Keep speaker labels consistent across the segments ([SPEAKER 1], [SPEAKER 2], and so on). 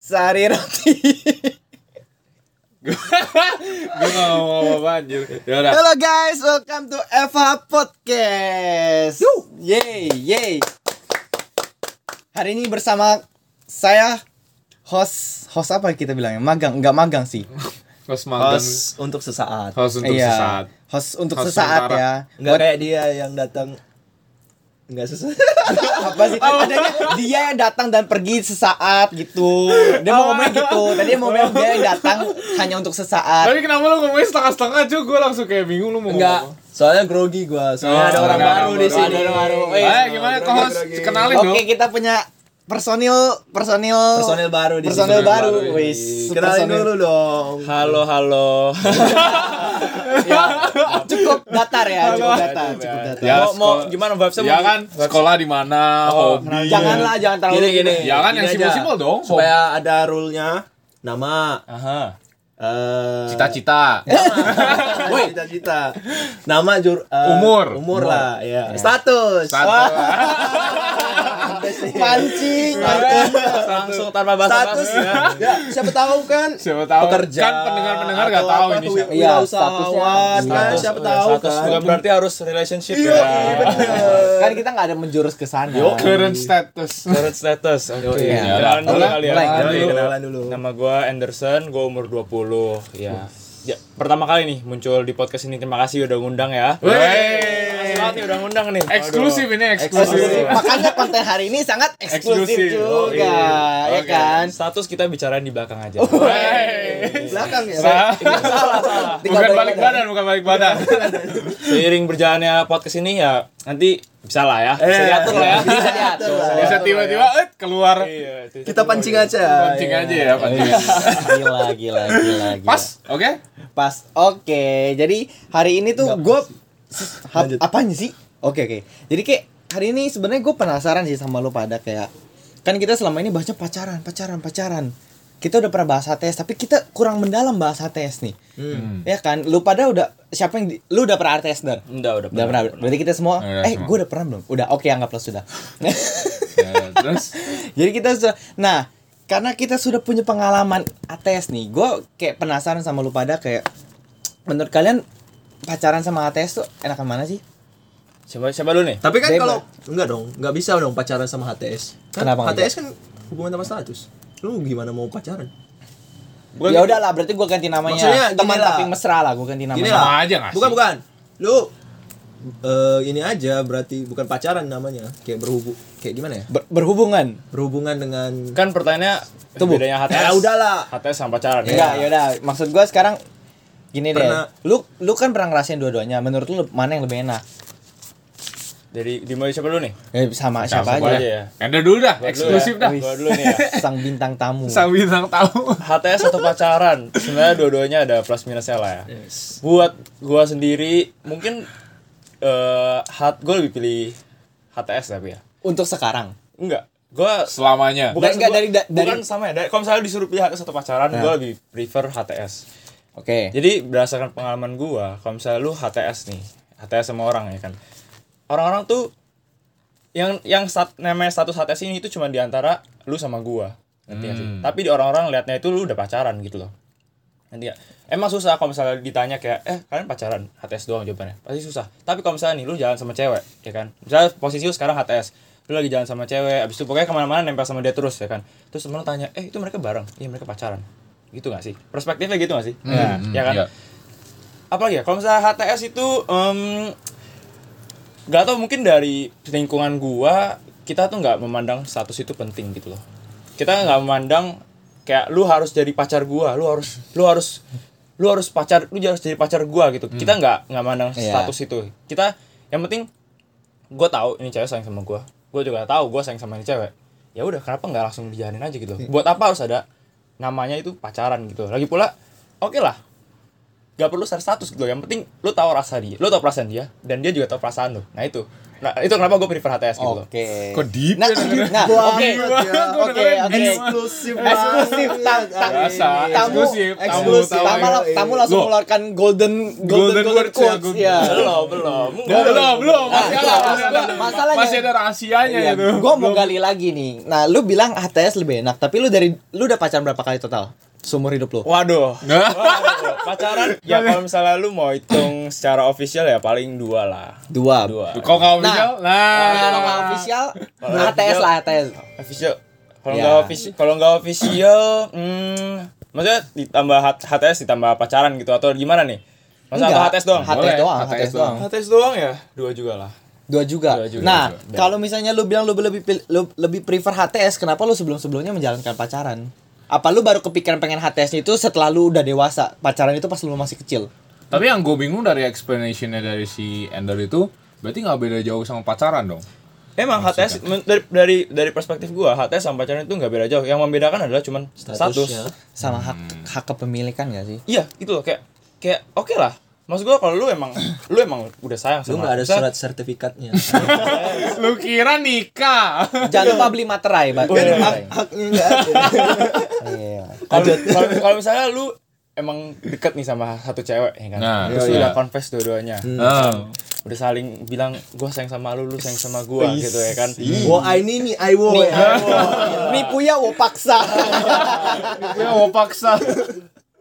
[SPEAKER 1] sehari roti.
[SPEAKER 2] Gue gak mau ngomong apa anjir Ya udah
[SPEAKER 1] Hello guys, welcome to FH Podcast. Yeay, yeay. Hari ini bersama saya host host apa kita bilangnya? Magang, enggak magang sih.
[SPEAKER 2] Host magang
[SPEAKER 3] Host untuk sesaat.
[SPEAKER 2] Host untuk
[SPEAKER 1] Iya,
[SPEAKER 2] sesaat
[SPEAKER 1] Host untuk
[SPEAKER 2] Host
[SPEAKER 1] sesaat
[SPEAKER 2] sementara.
[SPEAKER 1] ya.
[SPEAKER 3] Enggak
[SPEAKER 1] Buat-
[SPEAKER 3] kayak dia yang datang enggak sesaat.
[SPEAKER 1] apa sih
[SPEAKER 2] Oh.
[SPEAKER 1] adanya dia yang datang dan pergi sesaat gitu dia mau ngomong gitu tadi dia mau ngomong dia yang datang hanya untuk sesaat
[SPEAKER 2] Tapi kenapa lu ngomongnya setengah-setengah cuy Gue langsung kayak bingung lu mau
[SPEAKER 1] Enggak.
[SPEAKER 2] ngomong apa.
[SPEAKER 3] Soalnya grogi gua. Soalnya
[SPEAKER 2] Oh,
[SPEAKER 3] ada orang
[SPEAKER 2] ada
[SPEAKER 3] baru
[SPEAKER 2] orang
[SPEAKER 3] di
[SPEAKER 2] baru,
[SPEAKER 3] sini.
[SPEAKER 2] ada orang baru. Eh, gimana
[SPEAKER 4] grogi,
[SPEAKER 2] kok host
[SPEAKER 4] grogi.
[SPEAKER 2] kenalin dong
[SPEAKER 1] oke kita punya personil personil
[SPEAKER 3] Personil baru di
[SPEAKER 1] personil
[SPEAKER 2] sini.
[SPEAKER 1] baru
[SPEAKER 2] Personil baru
[SPEAKER 1] wis
[SPEAKER 4] Kenalin dulu dong.
[SPEAKER 3] Halo, halo.
[SPEAKER 1] cukup datar ya cukup datar
[SPEAKER 2] Aduh,
[SPEAKER 1] cukup
[SPEAKER 2] ya.
[SPEAKER 1] datar
[SPEAKER 2] Ya,
[SPEAKER 3] mau, mau Oh, nah.
[SPEAKER 2] sekolah-
[SPEAKER 3] gimana vibes
[SPEAKER 2] Ya kan sekolah di mana hobi
[SPEAKER 1] janganlah jangan terlalu
[SPEAKER 3] Iya, Gini gini.
[SPEAKER 2] Ya kan, yang
[SPEAKER 3] Gini aja.
[SPEAKER 2] simpel-simpel dong.
[SPEAKER 3] Supaya ada rule-nya. Nama
[SPEAKER 2] Aha.
[SPEAKER 3] eh
[SPEAKER 2] Cita-cita
[SPEAKER 3] Woi, cita-cita. Nama jur eh,
[SPEAKER 2] Umur.
[SPEAKER 3] Umur lah, ya.
[SPEAKER 1] Iya.
[SPEAKER 3] Status.
[SPEAKER 2] Satu
[SPEAKER 1] pancing
[SPEAKER 3] Langsung tanpa basa-basi.
[SPEAKER 4] Status ya, siapa tahu kan
[SPEAKER 2] Siapa tahu
[SPEAKER 3] Pekerja
[SPEAKER 2] Kan pendengar-pendengar gak
[SPEAKER 3] atau
[SPEAKER 2] tahu
[SPEAKER 3] apa,
[SPEAKER 2] ini
[SPEAKER 3] wi-
[SPEAKER 2] siapa
[SPEAKER 1] Iya,
[SPEAKER 3] wirausahawan,
[SPEAKER 1] statusnya. Iya,
[SPEAKER 3] kan
[SPEAKER 1] Status,
[SPEAKER 3] siapa tahu
[SPEAKER 4] status.
[SPEAKER 3] kan.
[SPEAKER 4] Bukan
[SPEAKER 3] berarti harus relationship
[SPEAKER 5] ya.
[SPEAKER 4] Iya, bener.
[SPEAKER 1] kan kita nggak ada menjurus ke sana
[SPEAKER 2] Current status
[SPEAKER 5] Current status. Oke.
[SPEAKER 3] Yoi.
[SPEAKER 5] Ya,
[SPEAKER 2] Kenalan
[SPEAKER 5] Kenalan dulu
[SPEAKER 2] dulu.
[SPEAKER 5] kali ya.
[SPEAKER 1] Mulai,
[SPEAKER 3] Kenalan
[SPEAKER 5] Jadi,
[SPEAKER 3] dulu, kenalan dulu.
[SPEAKER 5] Nama gua Anderson, gua umur 20. Ya. Ya, pertama kali nih muncul di podcast ini. Terima kasih udah ngundang ya.
[SPEAKER 2] Wey.
[SPEAKER 5] Terima kasih udah ngundang nih. Waduh.
[SPEAKER 2] Eksklusif ini eksklusif
[SPEAKER 1] Eksklusif. makanya konten hari ini sangat eksklusif,
[SPEAKER 2] Eksklusif. Oh, iya.
[SPEAKER 1] juga ya
[SPEAKER 2] Oke.
[SPEAKER 1] kan
[SPEAKER 5] Status kita bicara di belakang aja.
[SPEAKER 2] Wey.
[SPEAKER 3] Belakang ya.
[SPEAKER 2] Sa-
[SPEAKER 1] Tinggal
[SPEAKER 2] Bukan balik badan, bukan balik badan.
[SPEAKER 5] Seiring berjalannya podcast ini ya nanti bisa lah ya.
[SPEAKER 1] Eh.
[SPEAKER 5] Bisa diatur lah ya.
[SPEAKER 1] bisa diatur
[SPEAKER 2] Bisa tiba-tiba eh, keluar
[SPEAKER 5] Iya, itu-
[SPEAKER 3] Kita pancing aja.
[SPEAKER 2] pancing
[SPEAKER 1] Iya.
[SPEAKER 2] aja ya, pancing.
[SPEAKER 1] gila gila gila gila.
[SPEAKER 2] Pas, oke?
[SPEAKER 1] pas oke jadi hari ini tuh gue apanya sih oke oke jadi kayak hari ini sebenarnya gue penasaran sih sama lo pada kayak kan kita selama ini bahasnya pacaran pacaran pacaran kita udah pernah bahas HTS tapi kita kurang mendalam bahas HTS nih ya kan lu pada udah siapa yang di, lu udah pernah HTS dar
[SPEAKER 5] Udah, udah.
[SPEAKER 1] Udah pernah, berarti kita semua,
[SPEAKER 2] Udah
[SPEAKER 1] eh
[SPEAKER 2] semua.
[SPEAKER 1] gue udah pernah belum? Udah, oke anggaplah sudah Iya,
[SPEAKER 2] Ya, terus
[SPEAKER 1] Jadi kita sudah, nah karena kita sudah punya pengalaman ATS nih Gue kayak penasaran sama lu pada kayak Menurut kalian pacaran sama ATS tuh enakan mana sih?
[SPEAKER 5] Siapa siapa dulu nih?
[SPEAKER 3] Tapi kan
[SPEAKER 1] Bebas.
[SPEAKER 3] kalau enggak dong, enggak bisa dong pacaran sama HTS. Kan
[SPEAKER 1] Kenapa enggak
[SPEAKER 3] HTS kan hubungan tanpa status. Lu gimana mau pacaran?
[SPEAKER 1] ya udah lah, berarti gue ganti namanya
[SPEAKER 3] Maksudnya gini
[SPEAKER 1] Teman
[SPEAKER 3] lah.
[SPEAKER 1] tapi mesra lah, gue ganti
[SPEAKER 3] Gini
[SPEAKER 1] namanya
[SPEAKER 3] lah.
[SPEAKER 2] aja nggak sih?
[SPEAKER 3] Bukan bukan. Lu eh ini aja berarti bukan pacaran namanya, kayak berhubung kayak gimana ya?
[SPEAKER 1] Ber- Berhubungan
[SPEAKER 3] Berhubungan dengan
[SPEAKER 5] Kan pertanyaannya
[SPEAKER 1] Tubuh.
[SPEAKER 5] bedanya HTS.
[SPEAKER 3] Ya udahlah.
[SPEAKER 5] HTS sama pacaran. ya.
[SPEAKER 1] Enggak, ya yaudah, maksud gue sekarang Gini
[SPEAKER 3] Pernah-
[SPEAKER 1] deh, lu, lu kan pernah ngerasain dua-duanya Menurut lu mana yang lebih enak?
[SPEAKER 5] Dari dimulai siapa dulu nih?
[SPEAKER 1] Eh,
[SPEAKER 2] Nah,
[SPEAKER 1] sama siapa aja
[SPEAKER 5] siapa aja.
[SPEAKER 2] Ender dulu dah,
[SPEAKER 5] Gua dulu ya.
[SPEAKER 2] eksklusif dah.
[SPEAKER 5] Gua dulu nih ya.
[SPEAKER 1] Sang bintang tamu
[SPEAKER 2] Sang bintang tahu.
[SPEAKER 5] HTS atau pacaran sebenarnya dua-duanya ada plus minusnya lah ya buat gua sendiri mungkin eh hat gua lebih pilih HTS tapi ya
[SPEAKER 1] Untuk sekarang
[SPEAKER 5] enggak gua
[SPEAKER 2] Selamanya.
[SPEAKER 1] Dari- enggak,
[SPEAKER 5] gua-
[SPEAKER 1] dari- Ya. da- dari-
[SPEAKER 5] bukan sama ya dari, kalau misalnya disuruh pilih HTS atau pacaran gua lebih prefer HTS
[SPEAKER 1] Oke
[SPEAKER 5] jadi berdasarkan pengalaman gua kalau misalnya lu HTS nih HTS sama orang ya kan orang-orang tuh yang yang stat, namanya status HTS ini itu cuma diantara lu sama gua nanti sih tapi di orang-orang liatnya itu lu udah pacaran gitu loh nanti ya emang susah kalau misalnya ditanya kayak eh kalian pacaran HTS doang jawabannya pasti susah tapi kalau misalnya nih lu jalan sama cewek ya kan misalnya posisi lu sekarang HTS lu lagi jalan sama cewek abis itu pokoknya kemana-mana nempel sama dia terus ya kan terus temen lu tanya eh itu mereka bareng iya mereka pacaran gitu gak sih perspektifnya gitu gak sih ya, ya kan
[SPEAKER 2] Iya.
[SPEAKER 5] apalagi ya kalau misalnya HTS itu em gak tau mungkin dari lingkungan gua kita tuh nggak memandang status itu penting gitu loh kita nggak memandang kayak lu harus jadi pacar gua lu harus lu harus lu harus pacar lu harus jadi pacar gua gitu kita nggak nggak mandang
[SPEAKER 1] Iya.
[SPEAKER 5] status itu kita yang penting gua tahu ini cewek sayang sama gua gua juga tahu gua sayang sama ini cewek ya udah kenapa nggak langsung dijalanin aja gitu loh buat apa harus ada namanya itu pacaran gitu lagi pula oke lah gak perlu share status gitu loh. yang penting lu tahu rasa dia lu tahu perasaan dia dan dia juga tahu perasaan lu nah itu nah itu kenapa gue prefer HTS gitu loh
[SPEAKER 1] Oke.
[SPEAKER 2] Kok deep
[SPEAKER 1] Nah,
[SPEAKER 2] ya dengerin?
[SPEAKER 1] nah, oke.
[SPEAKER 2] Gua Iya.
[SPEAKER 1] Oke,
[SPEAKER 2] dengerin
[SPEAKER 1] oke.
[SPEAKER 2] deep.
[SPEAKER 4] Eksklusif
[SPEAKER 1] Eksklusif tam, tam,
[SPEAKER 2] Biasa,
[SPEAKER 1] tamu
[SPEAKER 2] eksklusif. Tamu,
[SPEAKER 1] eksklusif.
[SPEAKER 2] tamu. Eh,
[SPEAKER 1] Tamu, tamu, langsung
[SPEAKER 2] Loh.
[SPEAKER 1] mengeluarkan golden golden
[SPEAKER 2] Golden
[SPEAKER 1] golden
[SPEAKER 2] words ya,
[SPEAKER 1] quotes
[SPEAKER 2] golden.
[SPEAKER 1] ya.
[SPEAKER 5] belum belum
[SPEAKER 2] Belum, belum. Masih ada, masih ada.
[SPEAKER 1] Nah, Masalahnya-
[SPEAKER 2] masih ada rahasianya Iya, itu.
[SPEAKER 1] Gue Iya. mau
[SPEAKER 2] Belum.
[SPEAKER 1] gali lagi nih. Nah, lu bilang HTS lebih enak, tapi lu dari lu udah pacaran berapa kali total? Seumur hidup lu?
[SPEAKER 5] waduh
[SPEAKER 2] Nah,
[SPEAKER 5] pacaran ya kalau misalnya lu mau hitung secara official ya paling dua lah
[SPEAKER 1] Dua.
[SPEAKER 5] dua
[SPEAKER 2] kok nggak official?
[SPEAKER 1] Kalau Nah, nggak
[SPEAKER 2] Nah,
[SPEAKER 1] official,
[SPEAKER 5] Kalau
[SPEAKER 1] HTS
[SPEAKER 5] official-
[SPEAKER 1] lah HTS.
[SPEAKER 5] official kalau
[SPEAKER 1] Ya.
[SPEAKER 5] nggak official kalau nggak official hmm, maksudnya ditambah H- HTS ditambah pacaran gitu atau gimana nih masa atau
[SPEAKER 1] Enggak,
[SPEAKER 5] HTS doang
[SPEAKER 1] HTS
[SPEAKER 2] Boleh,
[SPEAKER 1] doang,
[SPEAKER 2] HTS
[SPEAKER 1] HTS doang.
[SPEAKER 5] HTS doang ya dua juga lah
[SPEAKER 1] Dua juga.
[SPEAKER 5] Dua juga,
[SPEAKER 1] Nah,
[SPEAKER 5] dua juga.
[SPEAKER 1] kalau misalnya lu bilang lu lebih pil- lu lebih prefer HTS, kenapa lu sebelum-sebelumnya menjalankan pacaran? Apa lu baru kepikiran pengen HTS itu setelah lu udah dewasa? Pacaran itu pas lu masih kecil.
[SPEAKER 2] tapi yang gue bingung dari explanationnya dari si Ender itu, berarti nggak beda jauh sama pacaran dong.
[SPEAKER 5] Emang HTS men- dari dari dari perspektif gua HTS sama pacaran itu nggak beda jauh. Yang membedakan adalah cuman
[SPEAKER 3] Statusnya.
[SPEAKER 5] status.
[SPEAKER 1] Sama hak hak kepemilikan gak sih?
[SPEAKER 5] Iya, itu loh kayak kayak oke lah. Maksud gua kalau lu emang lu emang udah sayang
[SPEAKER 3] Lu
[SPEAKER 5] sama
[SPEAKER 3] nggak ada
[SPEAKER 5] Ustaz,
[SPEAKER 3] surat sertifikatnya.
[SPEAKER 2] Lu kira nikah?
[SPEAKER 1] Jangan lupa beli materai, Mbak.
[SPEAKER 5] Iya.
[SPEAKER 4] Haknya nggak ada.
[SPEAKER 1] Iya.
[SPEAKER 5] Kalau kalau- kalau misalnya lu emang deket nih sama satu cewek ya kan.
[SPEAKER 2] Nah,
[SPEAKER 5] Terus lu
[SPEAKER 2] iya.
[SPEAKER 5] udah confess dua-duanya.
[SPEAKER 3] Hmm.
[SPEAKER 2] Oh.
[SPEAKER 5] Udah saling bilang gua sayang sama lu, lu sayang sama gua gitu ya kan.
[SPEAKER 4] Wo ini nih I wo. ya.
[SPEAKER 1] Ini puya wo paksa.
[SPEAKER 2] Gue mau paksa.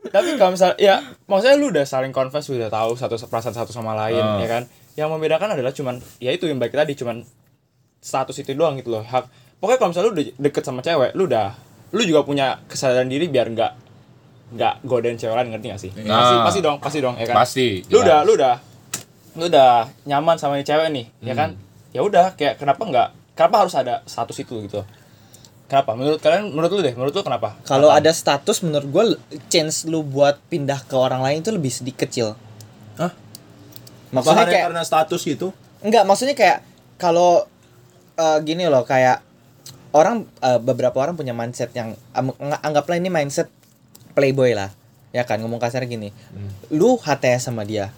[SPEAKER 5] tapi kalau misalnya ya maksudnya lu udah saling confess udah tahu satu perasaan satu sama lain
[SPEAKER 2] Ah.
[SPEAKER 5] ya kan yang membedakan adalah cuman ya itu yang baik tadi cuman status itu doang gitu loh hak pokoknya kalau misalnya lu udah deket sama cewek lu udah lu juga punya kesadaran diri biar nggak nggak godain cewek lain ngerti gak sih
[SPEAKER 2] Nah.
[SPEAKER 5] pasti pasti dong pasti dong ya kan
[SPEAKER 2] Pasti. iya.
[SPEAKER 5] lu udah
[SPEAKER 2] jelas.
[SPEAKER 5] lu udah lu udah nyaman sama ini cewek nih
[SPEAKER 2] Hmm.
[SPEAKER 5] ya kan ya udah kayak kenapa nggak kenapa harus ada status itu gitu kenapa menurut kalian menurut lu deh menurut lu kenapa
[SPEAKER 1] Kalau ada status menurut gue chance lu buat pindah ke orang lain itu lebih sedikit kecil.
[SPEAKER 3] Hah?
[SPEAKER 1] Maksudnya
[SPEAKER 3] Bahannya
[SPEAKER 1] kayak
[SPEAKER 3] karena status gitu.
[SPEAKER 1] enggak maksudnya kayak kalau eh, gini loh kayak orang eh, beberapa orang punya mindset yang am- nga- anggaplah ini mindset playboy lah. Ya kan ngomong kasar gini.
[SPEAKER 2] Hmm.
[SPEAKER 1] Lu HTS sama dia.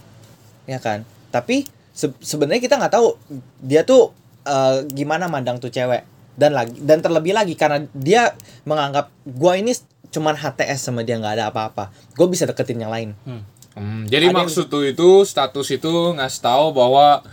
[SPEAKER 1] Ya kan? Tapi se- sebenarnya kita nggak tahu dia tuh eh, gimana mandang tuh cewek dan lagi dan terlebih lagi karena dia menganggap gua ini cuman HTS sama dia nggak ada apa-apa. Gue bisa deketin yang lain.
[SPEAKER 2] Hmm, jadi
[SPEAKER 1] Ada yang-
[SPEAKER 2] maksud tuh itu status itu ngasih tahu bahwa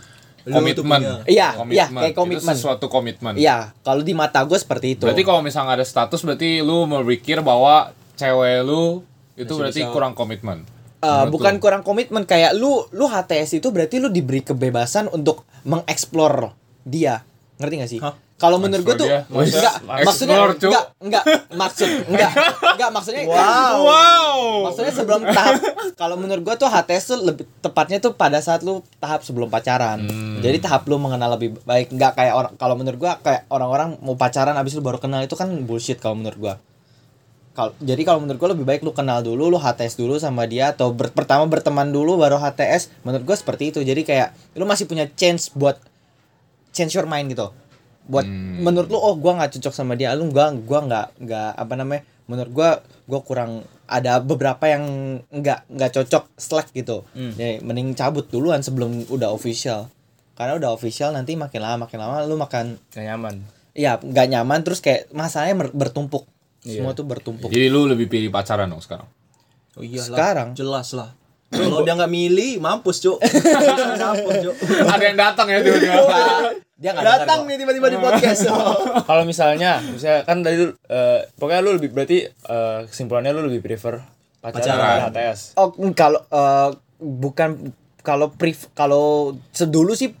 [SPEAKER 3] Lu
[SPEAKER 2] komitmen.
[SPEAKER 3] itu punya.
[SPEAKER 1] Iya, iya, kayak komitmen.
[SPEAKER 2] Itu sesuatu komitmen.
[SPEAKER 1] Iya, kalau di mata gue seperti itu.
[SPEAKER 2] Berarti kalau misalnya ada status berarti lu berpikir bahwa cewek lu itu berarti kurang komitmen.
[SPEAKER 1] Eh, bukan kurang komitmen kayak lu lu HTS itu berarti lu diberi kebebasan untuk mengeksplor dia ngerti gak sih kalau menurut gue tuh
[SPEAKER 2] Explore dia?
[SPEAKER 1] enggak
[SPEAKER 2] Maksudnya-
[SPEAKER 1] maksudnya
[SPEAKER 2] explore, cu.
[SPEAKER 1] enggak enggak maksud enggak enggak maksudnya
[SPEAKER 2] Wow.
[SPEAKER 1] maksudnya sebelum tahap kalau menurut gue tuh HTS tuh lebih tepatnya tuh pada saat lu tahap sebelum pacaran
[SPEAKER 2] Hmm.
[SPEAKER 1] jadi tahap lu mengenal lebih baik enggak kayak orang kalau menurut gue kayak orang-orang mau pacaran abis lu baru kenal itu kan bullshit kalau menurut gue Kal- jadi kalau menurut gue lebih baik lu kenal dulu lu HTS dulu sama dia atau ber- pertama berteman dulu baru HTS menurut gue seperti itu jadi kayak lu masih punya chance buat change your mind gitu buat menurut lu oh gua nggak cocok sama dia lu gua gua nggak nggak apa namanya menurut gua gua kurang ada beberapa yang nggak nggak cocok slack gitu jadi mending cabut duluan sebelum udah official karena udah official nanti makin lama makin lama lu makan
[SPEAKER 5] gak nyaman
[SPEAKER 1] ya nggak nyaman terus kayak masalahnya mer- bertumpuk semua tuh bertumpuk
[SPEAKER 2] Jadi lu lebih pilih pacaran dong sekarang.
[SPEAKER 3] Oh iyalah.
[SPEAKER 1] Sekarang.
[SPEAKER 3] Jelas lah. Kalau dia nggak milih, mampus cuk. mampus cuk.
[SPEAKER 2] ada yang datang ya tiba-tiba.
[SPEAKER 1] dia nggak dengar
[SPEAKER 4] Datang
[SPEAKER 1] kok.
[SPEAKER 4] nih tiba-tiba di podcast.
[SPEAKER 5] kalau misalnya misalnya kan dari dulu, eh, pokoknya lu lebih berarti eh, kesimpulannya lu lebih prefer pacaran,
[SPEAKER 3] Pacaran.
[SPEAKER 5] daripada HTS
[SPEAKER 1] Oh, mm, kalau eh, bukan kalau prif kalau sedulu sih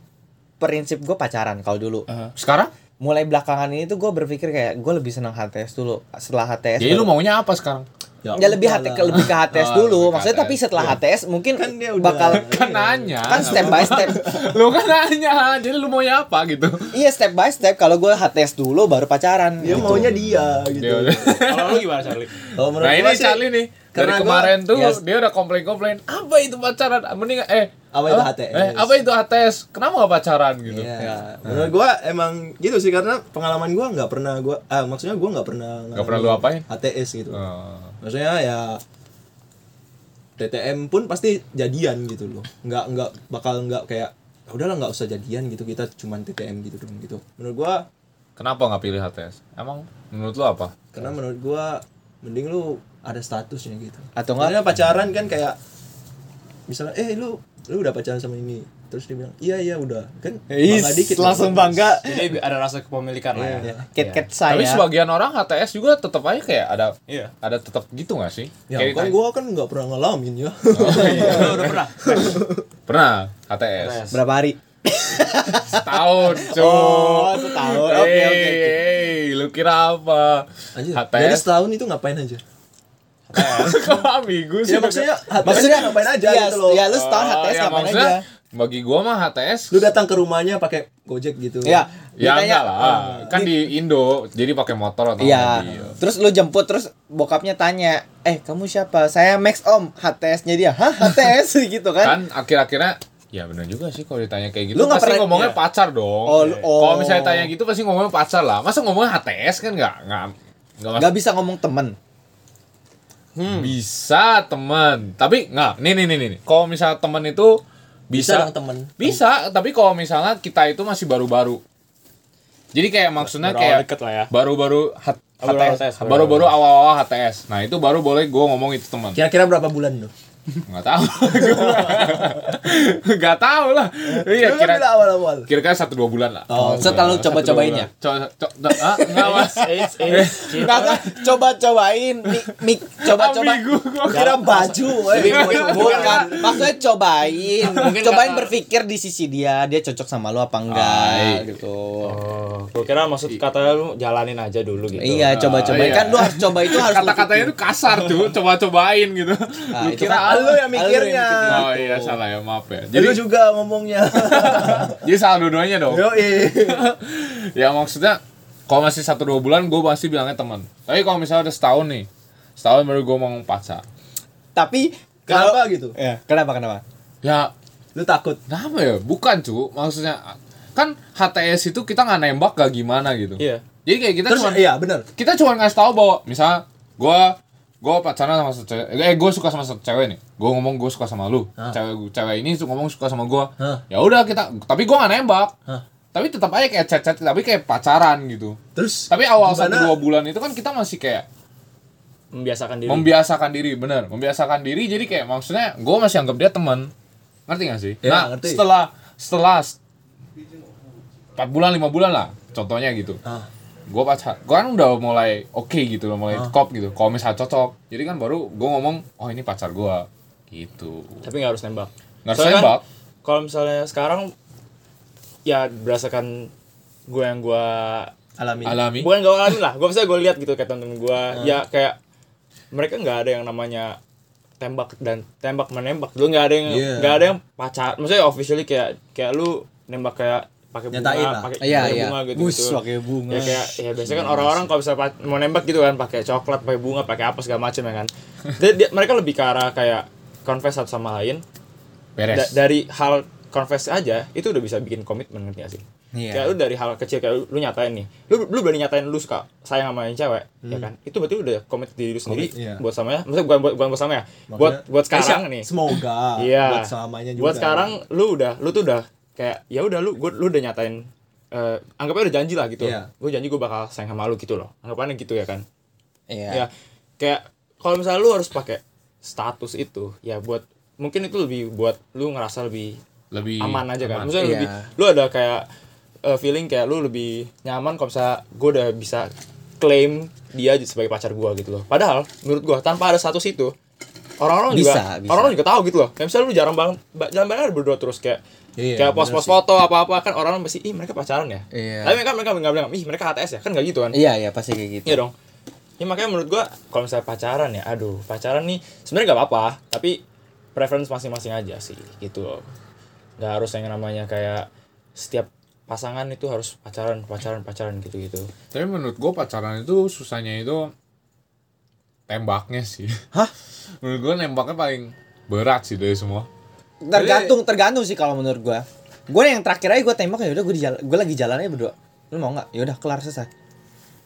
[SPEAKER 1] prinsip gue pacaran kalau dulu.
[SPEAKER 2] Sekarang?
[SPEAKER 1] Mulai belakangan ini tuh gue berpikir kayak gue lebih senang HTS dulu. Setelah HTS
[SPEAKER 2] Jadi lu maunya apa sekarang?
[SPEAKER 1] ya lebih hati ke lebih ke HTS
[SPEAKER 2] Oh,
[SPEAKER 1] dulu.
[SPEAKER 2] lebih ke
[SPEAKER 1] Maksudnya tapi
[SPEAKER 2] HTS.
[SPEAKER 1] setelah HTS mungkin
[SPEAKER 4] Kan dia udah-
[SPEAKER 1] bakal
[SPEAKER 2] Kan nanya.
[SPEAKER 1] kan step by step.
[SPEAKER 2] Lu kan nanya. Jadi lu maunya apa gitu.
[SPEAKER 1] iya step by step kalau gue HTS dulu baru pacaran.
[SPEAKER 4] Dia
[SPEAKER 1] gitu.
[SPEAKER 4] maunya dia gitu.
[SPEAKER 2] Dia udah.
[SPEAKER 5] kalau lu gimana Charlie
[SPEAKER 3] Kalau menurut
[SPEAKER 2] Nah ini
[SPEAKER 3] gua sih,
[SPEAKER 2] Charlie nih dari
[SPEAKER 3] karena gua-
[SPEAKER 2] kemarin tuh
[SPEAKER 3] Yes.
[SPEAKER 2] dia udah komplain-komplain apa itu pacaran mending eh
[SPEAKER 3] Apa itu HTS?
[SPEAKER 2] eh, apa itu HTS kenapa gak pacaran gitu
[SPEAKER 3] Iya.
[SPEAKER 4] Menurut
[SPEAKER 3] Menurut
[SPEAKER 4] gua emang gitu sih karena
[SPEAKER 3] pengalaman gua nggak pernah gua ah maksudnya gua nggak pernah gitu.
[SPEAKER 2] Oh. Eh, Nggak pernah lu apain?
[SPEAKER 3] HTS gitu.
[SPEAKER 2] Eh,
[SPEAKER 3] Maksudnya ya TTM pun pasti jadian gitu loh nggak nggak bakal nggak kayak "Ah, udahlah nggak usah jadian gitu kita cuman TTM gitu dong gitu menurut gua
[SPEAKER 2] Kenapa nggak pilih HTS? Emang menurut lo apa?
[SPEAKER 3] karena menurut gua mending lu ada statusnya gitu
[SPEAKER 1] Atau nggak-
[SPEAKER 3] Soalnya pacaran kan kayak misalnya eh lu lu udah pacaran sama ini terus dia bilang iya iya udah kan
[SPEAKER 1] Eh, Is,
[SPEAKER 3] bangga dikit
[SPEAKER 1] langsung
[SPEAKER 3] kan?
[SPEAKER 1] bangga.
[SPEAKER 5] Jadi ada rasa kepemilikan lah ya.
[SPEAKER 1] Ket-ket
[SPEAKER 2] Tapi
[SPEAKER 1] saya.
[SPEAKER 2] sebagian orang HTS juga tetap aja kayak ada
[SPEAKER 5] Iya.
[SPEAKER 2] ada tetap gitu nggak sih?
[SPEAKER 3] ya
[SPEAKER 2] Kayak Oh.
[SPEAKER 3] kan gua kan nggak pernah ngalamin ya
[SPEAKER 5] Udah, udah pernah.
[SPEAKER 2] pernah HTS
[SPEAKER 1] Berapa hari?
[SPEAKER 2] setahun cuy.
[SPEAKER 1] Oh, setahun. Oke,
[SPEAKER 2] Hey,
[SPEAKER 1] oke, oke.
[SPEAKER 2] hey, lu kira apa?
[SPEAKER 3] Anjir, jadi
[SPEAKER 2] HTS
[SPEAKER 3] setahun itu ngapain aja
[SPEAKER 2] kok minggu
[SPEAKER 3] ya
[SPEAKER 2] sih?
[SPEAKER 3] maksudnya
[SPEAKER 1] Maksudnya
[SPEAKER 3] maksudnya ngapain aja
[SPEAKER 1] iya,
[SPEAKER 3] gitu loh
[SPEAKER 1] Ya, lu setahun
[SPEAKER 2] Oh,
[SPEAKER 1] HTS
[SPEAKER 2] ya,
[SPEAKER 1] ngapain
[SPEAKER 2] maksudnya
[SPEAKER 1] aja?
[SPEAKER 2] Bagi gua mah HTS
[SPEAKER 3] lu datang ke rumahnya pakai gojek gitu
[SPEAKER 1] Ya,
[SPEAKER 2] Ya
[SPEAKER 1] ditanya-
[SPEAKER 2] enggak lah, Oh, kan di Indo jadi pakai motor atau
[SPEAKER 1] eh, Iya.
[SPEAKER 2] mobil.
[SPEAKER 1] Terus lu jemput terus bokapnya tanya, "Eh, kamu siapa?" "Saya Max Om." HTS-nya dia, "Hah, HTS?" gitu kan.
[SPEAKER 2] Kan akhirnya ya benar juga sih kalau ditanya kayak gitu
[SPEAKER 1] Lu nggak
[SPEAKER 2] pasti
[SPEAKER 1] pernah-
[SPEAKER 2] ngomongnya
[SPEAKER 1] iya.
[SPEAKER 2] pacar dong.
[SPEAKER 1] Oh, lu- oh.
[SPEAKER 2] Kalau misalnya tanya gitu pasti ngomongnya pacar lah. Masa ngomongnya HTS kan nggak nggak nggak masuk.
[SPEAKER 1] Gak bisa ngomong temen
[SPEAKER 2] bisa teman. Tapi nggak. Nih nih nih nih. nih. Kalau misalnya teman itu
[SPEAKER 3] bisa
[SPEAKER 2] bisa
[SPEAKER 3] dong temen
[SPEAKER 2] Bisa, tapi kalau misalnya kita itu masih baru-baru. Jadi kayak maksudnya
[SPEAKER 5] Baru
[SPEAKER 2] kayak
[SPEAKER 5] awal deket lah ya.
[SPEAKER 2] Baru-baru hat-
[SPEAKER 5] Baru
[SPEAKER 2] HTS,
[SPEAKER 5] HTS, baru
[SPEAKER 2] baru-baru awal-awal HTS. Nah, itu baru boleh gue ngomong itu teman.
[SPEAKER 3] kira-kira berapa bulan tuh
[SPEAKER 2] Enggak tahu. Enggak tahu lah. Iya,
[SPEAKER 3] Lu kan
[SPEAKER 2] kira
[SPEAKER 3] bilang awal-awal
[SPEAKER 2] kira-kira 1 2 bulan lah. Iya.
[SPEAKER 3] oh iya.
[SPEAKER 1] Setelah lu coba-cobain ya.
[SPEAKER 2] Coba enggak ah, Mas.
[SPEAKER 1] Nggak, nggak. coba-cobain mik, mik coba-coba
[SPEAKER 2] Ambigu gua.
[SPEAKER 3] kira baju
[SPEAKER 1] Jadi
[SPEAKER 3] eh.
[SPEAKER 1] mungkin bukan maksudnya cobain
[SPEAKER 5] Mungkin
[SPEAKER 1] cobain
[SPEAKER 5] karena-
[SPEAKER 1] berpikir di sisi dia dia cocok sama lu apa enggak
[SPEAKER 2] Ah, iya.
[SPEAKER 1] gitu
[SPEAKER 5] Oh, gua kira maksud katanya lu jalanin aja dulu gitu.
[SPEAKER 1] iya coba-cobain
[SPEAKER 2] iya.
[SPEAKER 1] kan lu harus coba itu harus lu
[SPEAKER 2] Kata-katanya itu kasar tuh, coba-cobain gitu.
[SPEAKER 1] Ah,
[SPEAKER 2] Lu
[SPEAKER 1] itu
[SPEAKER 2] kira
[SPEAKER 1] kan-
[SPEAKER 2] ah, lu
[SPEAKER 3] lu yang
[SPEAKER 1] mikir
[SPEAKER 3] mikirnya
[SPEAKER 1] gitu.
[SPEAKER 2] Oh iya salah ya, maaf ya.
[SPEAKER 3] jadi
[SPEAKER 2] Jadi
[SPEAKER 3] juga Iya. ngomongnya
[SPEAKER 2] jadi salah dua-duanya dong.
[SPEAKER 3] yo
[SPEAKER 2] ya maksudnya kalau masih satu dua bulan gue pasti bilangnya teman tapi kalau misalnya udah setahun nih setahun baru gue ngomong pacar
[SPEAKER 1] pikir. tapi kalau
[SPEAKER 3] kenapa gitu
[SPEAKER 1] ya, kenapa kenapa
[SPEAKER 2] ya
[SPEAKER 3] lu takut
[SPEAKER 2] kenapa ya bukan cu maksudnya kan HTS itu kita nggak nembak gak gimana gitu
[SPEAKER 5] Iya.
[SPEAKER 2] jadi kayak kita
[SPEAKER 3] terus
[SPEAKER 2] cuma
[SPEAKER 3] iya benar
[SPEAKER 2] kita cuma ngasih tahu bahwa misalnya gue gue pacaran sama satu cewek eh gue suka sama satu cewek nih gue ngomong gue suka sama lu
[SPEAKER 3] Hah?
[SPEAKER 2] cewek cewek ini su- ngomong suka sama gue
[SPEAKER 3] Hah?
[SPEAKER 2] ya udah kita tapi gue nggak nembak
[SPEAKER 3] Hah?
[SPEAKER 2] tapi tetap aja kayak chat chat tapi kayak pacaran gitu
[SPEAKER 3] terus
[SPEAKER 2] tapi awal satu
[SPEAKER 3] Gimana?
[SPEAKER 2] dua bulan itu kan kita masih kayak
[SPEAKER 5] Membiasakan diri.
[SPEAKER 2] membiasakan diri bener membiasakan diri jadi kayak maksudnya gue masih anggap dia teman ngerti gak sih
[SPEAKER 3] Ya,
[SPEAKER 5] Iya,
[SPEAKER 2] nah
[SPEAKER 3] ngerti.
[SPEAKER 2] setelah setelah s- empat bulan lima bulan lah contohnya gitu
[SPEAKER 3] Ah.
[SPEAKER 2] gue pacar gue kan udah mulai oke gitu loh
[SPEAKER 5] Ah.
[SPEAKER 2] mulai kop gitu kalau misalnya cocok jadi kan baru gue ngomong oh ini pacar gue gitu
[SPEAKER 5] Tapi nggak harus nembak.
[SPEAKER 2] Nggak harus
[SPEAKER 5] Soalnya kan,
[SPEAKER 2] nembak.
[SPEAKER 5] Kalau misalnya sekarang ya berdasarkan gue yang gue
[SPEAKER 3] alami
[SPEAKER 2] alami
[SPEAKER 5] bukan gue alami lah, gue bisa gue lihat gitu kayak temen gue
[SPEAKER 1] Hmm.
[SPEAKER 5] ya kayak mereka nggak ada yang namanya tembak dan tembak menembak dulu nggak ada yang
[SPEAKER 3] Iya.
[SPEAKER 5] nggak ada yang pacar maksudnya officially kayak kayak lu nembak kayak pakai
[SPEAKER 3] Nyatain
[SPEAKER 5] bunga
[SPEAKER 3] lah.
[SPEAKER 5] pakai
[SPEAKER 1] iya
[SPEAKER 5] pakai
[SPEAKER 1] iya
[SPEAKER 5] bunga gitu
[SPEAKER 1] bus pakai bunga Iya,
[SPEAKER 5] ya kayak ya biasanya kan orang-orang kalau bisa pa- mau nembak gitu kan pakai coklat pakai bunga pakai apa segala macam ya kan Dia- dia- mereka lebih ke arah kayak confess satu sama lain Da-
[SPEAKER 2] beres
[SPEAKER 5] dari hal confess aja itu udah bisa bikin komitmen ngerti gak sih
[SPEAKER 1] Iya.
[SPEAKER 5] kayak lu dari hal kecil kayak lu- lu nyatain nih lu lu berani nyatain lu suka sayang sama yang cewek ya kan itu berarti lu udah komit diri lu sendiri
[SPEAKER 3] Hmm. Komit, iya.
[SPEAKER 5] buat samanya maksudnya bukan buat bukan buat samanya buat buat
[SPEAKER 4] eh,
[SPEAKER 5] sekarang nih
[SPEAKER 3] semoga
[SPEAKER 5] Iya.
[SPEAKER 3] buat selamanya juga
[SPEAKER 5] Buat sekarang lu udah lu tuh udah kayak ya udah lu gua, lu udah nyatain eh, anggapnya udah janji lah gitu.
[SPEAKER 3] Iya.
[SPEAKER 5] Gue janji gue bakal sayang sama lu gitu loh. Anggapannya gitu ya kan.
[SPEAKER 1] iya
[SPEAKER 5] Ya kayak kalau misalnya lu harus pakai status itu ya buat mungkin itu lebih buat lu ngerasa lebih
[SPEAKER 2] lebih
[SPEAKER 5] aman aja kan.
[SPEAKER 2] aman.
[SPEAKER 5] Maksudnya
[SPEAKER 1] Iya.
[SPEAKER 5] lebih lu ada kayak eh, feeling kayak lu lebih nyaman kalau misalnya gue udah bisa claim dia sebagai pacar gua gitu loh. Padahal menurut gua tanpa ada status itu orang-orang
[SPEAKER 1] Bisa,
[SPEAKER 5] juga
[SPEAKER 1] bisa.
[SPEAKER 5] orang-orang juga tahu gitu loh. Kayak misalnya lu jarang banget ba- jarang banget ada berdua terus kayak
[SPEAKER 3] Iya,
[SPEAKER 5] kayak
[SPEAKER 3] bener
[SPEAKER 5] post-post foto apa-apa kan orang mesti ih mereka pacaran ya.
[SPEAKER 1] Iya.
[SPEAKER 5] Tapi mereka mereka nggak bilang ih mereka HTS ya kan nggak gitu kan.
[SPEAKER 1] iya iya pasti kayak gitu
[SPEAKER 5] Iya dong. Ya makanya menurut gua kalau misalnya pacaran ya, aduh pacaran nih sebenarnya nggak apa-apa, tapi preference masing-masing aja sih gitu. loh. Nggak harus yang namanya kayak setiap pasangan itu harus pacaran, pacaran, pacaran gitu-gitu.
[SPEAKER 2] tapi menurut gue pacaran itu susahnya itu tembaknya sih hah menurut gue nembaknya paling berat sih dari semua
[SPEAKER 1] tergantung tergantung sih kalau menurut gua gua yang terakhir aja gua tembak ya udah gua di jalan gua lagi jalan aja berdua lu mau nggak ya udah kelar selesai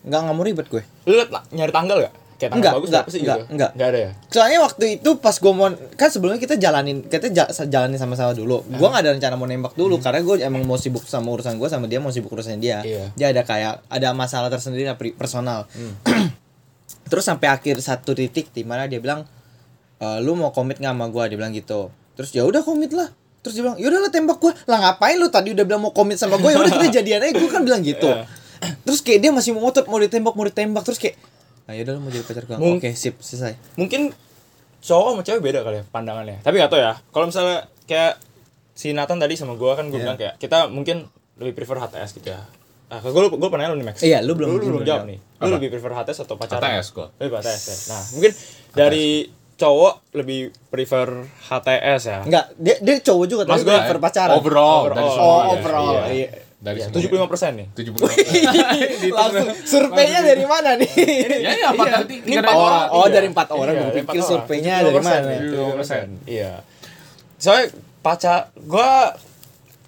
[SPEAKER 1] nggak nggak mau ribet gue
[SPEAKER 5] Lu liat lah, nyari tanggal gak? cetak
[SPEAKER 1] Enggak,
[SPEAKER 5] bagus
[SPEAKER 1] enggak,
[SPEAKER 5] berapa sih
[SPEAKER 1] enggak,
[SPEAKER 5] gitu?
[SPEAKER 1] enggak.
[SPEAKER 5] ada ya?
[SPEAKER 1] Soalnya waktu itu pas gue mau kan sebelumnya kita jalanin kita ja- jalanin sama-sama dulu.
[SPEAKER 5] Iya.
[SPEAKER 1] Gua nggak ada rencana mau nembak
[SPEAKER 5] Hmm.
[SPEAKER 1] dulu karena gue emang mau sibuk sama urusan gue sama dia mau sibuk urusan dia.
[SPEAKER 5] Iya. Hmm.
[SPEAKER 1] Dia ada kayak ada masalah tersendiri lah pri- personal. Terus sampai akhir satu titik di mana dia bilang "E, lu mau komit nggak sama gue? Dia bilang gitu. Terus ya udah komit lah. Terus dia bilang, "Yaudah lah tembak gue." Lah ngapain lu tadi udah bilang mau komit sama gue? Ya udah kita jadian aja. Gue kan bilang gitu.
[SPEAKER 5] Iya.
[SPEAKER 1] Terus kayak dia masih mau ngotot mau ditembak, mau ditembak terus kayak Nah, yaudah lu mau jadi pacar gue.
[SPEAKER 5] Mung-
[SPEAKER 1] Oke, sip, selesai.
[SPEAKER 5] Mungkin cowok sama cewek beda kali ya pandangannya. Tapi gak tau ya. Kalau misalnya kayak si Nathan tadi sama gua kan gue bilang kayak kita mungkin lebih prefer HTS gitu ya. Ah, gue gue pernah lu nih Max.
[SPEAKER 1] Iya, lu belum
[SPEAKER 5] lu, lu belum jawab nih. Lu lebih prefer HTS atau pacaran?
[SPEAKER 2] HTS gua.
[SPEAKER 5] Lebih HTS ya. Nah, mungkin dari cowok lebih prefer HTS ya.
[SPEAKER 1] Enggak, dia dia cowok juga tapi
[SPEAKER 5] Maksud gua
[SPEAKER 1] prefer pacaran.
[SPEAKER 2] Overall, dari
[SPEAKER 5] Overall.
[SPEAKER 2] semua.
[SPEAKER 1] Oh, overall, iya.
[SPEAKER 2] Dari
[SPEAKER 5] Ya,
[SPEAKER 2] semua.
[SPEAKER 5] 75% nih.
[SPEAKER 2] 75.
[SPEAKER 1] Langsung surveinya dari mana nih?
[SPEAKER 2] Ya ya apa tadi? Tiga
[SPEAKER 1] oh,
[SPEAKER 2] orang.
[SPEAKER 1] oh, dari empat orang
[SPEAKER 5] Iya,
[SPEAKER 1] gue pikir
[SPEAKER 5] dari empat orang.
[SPEAKER 1] surveinya dari
[SPEAKER 5] 70%,
[SPEAKER 1] mana?
[SPEAKER 5] ya, 70%. Iya. Soalnya pacar gua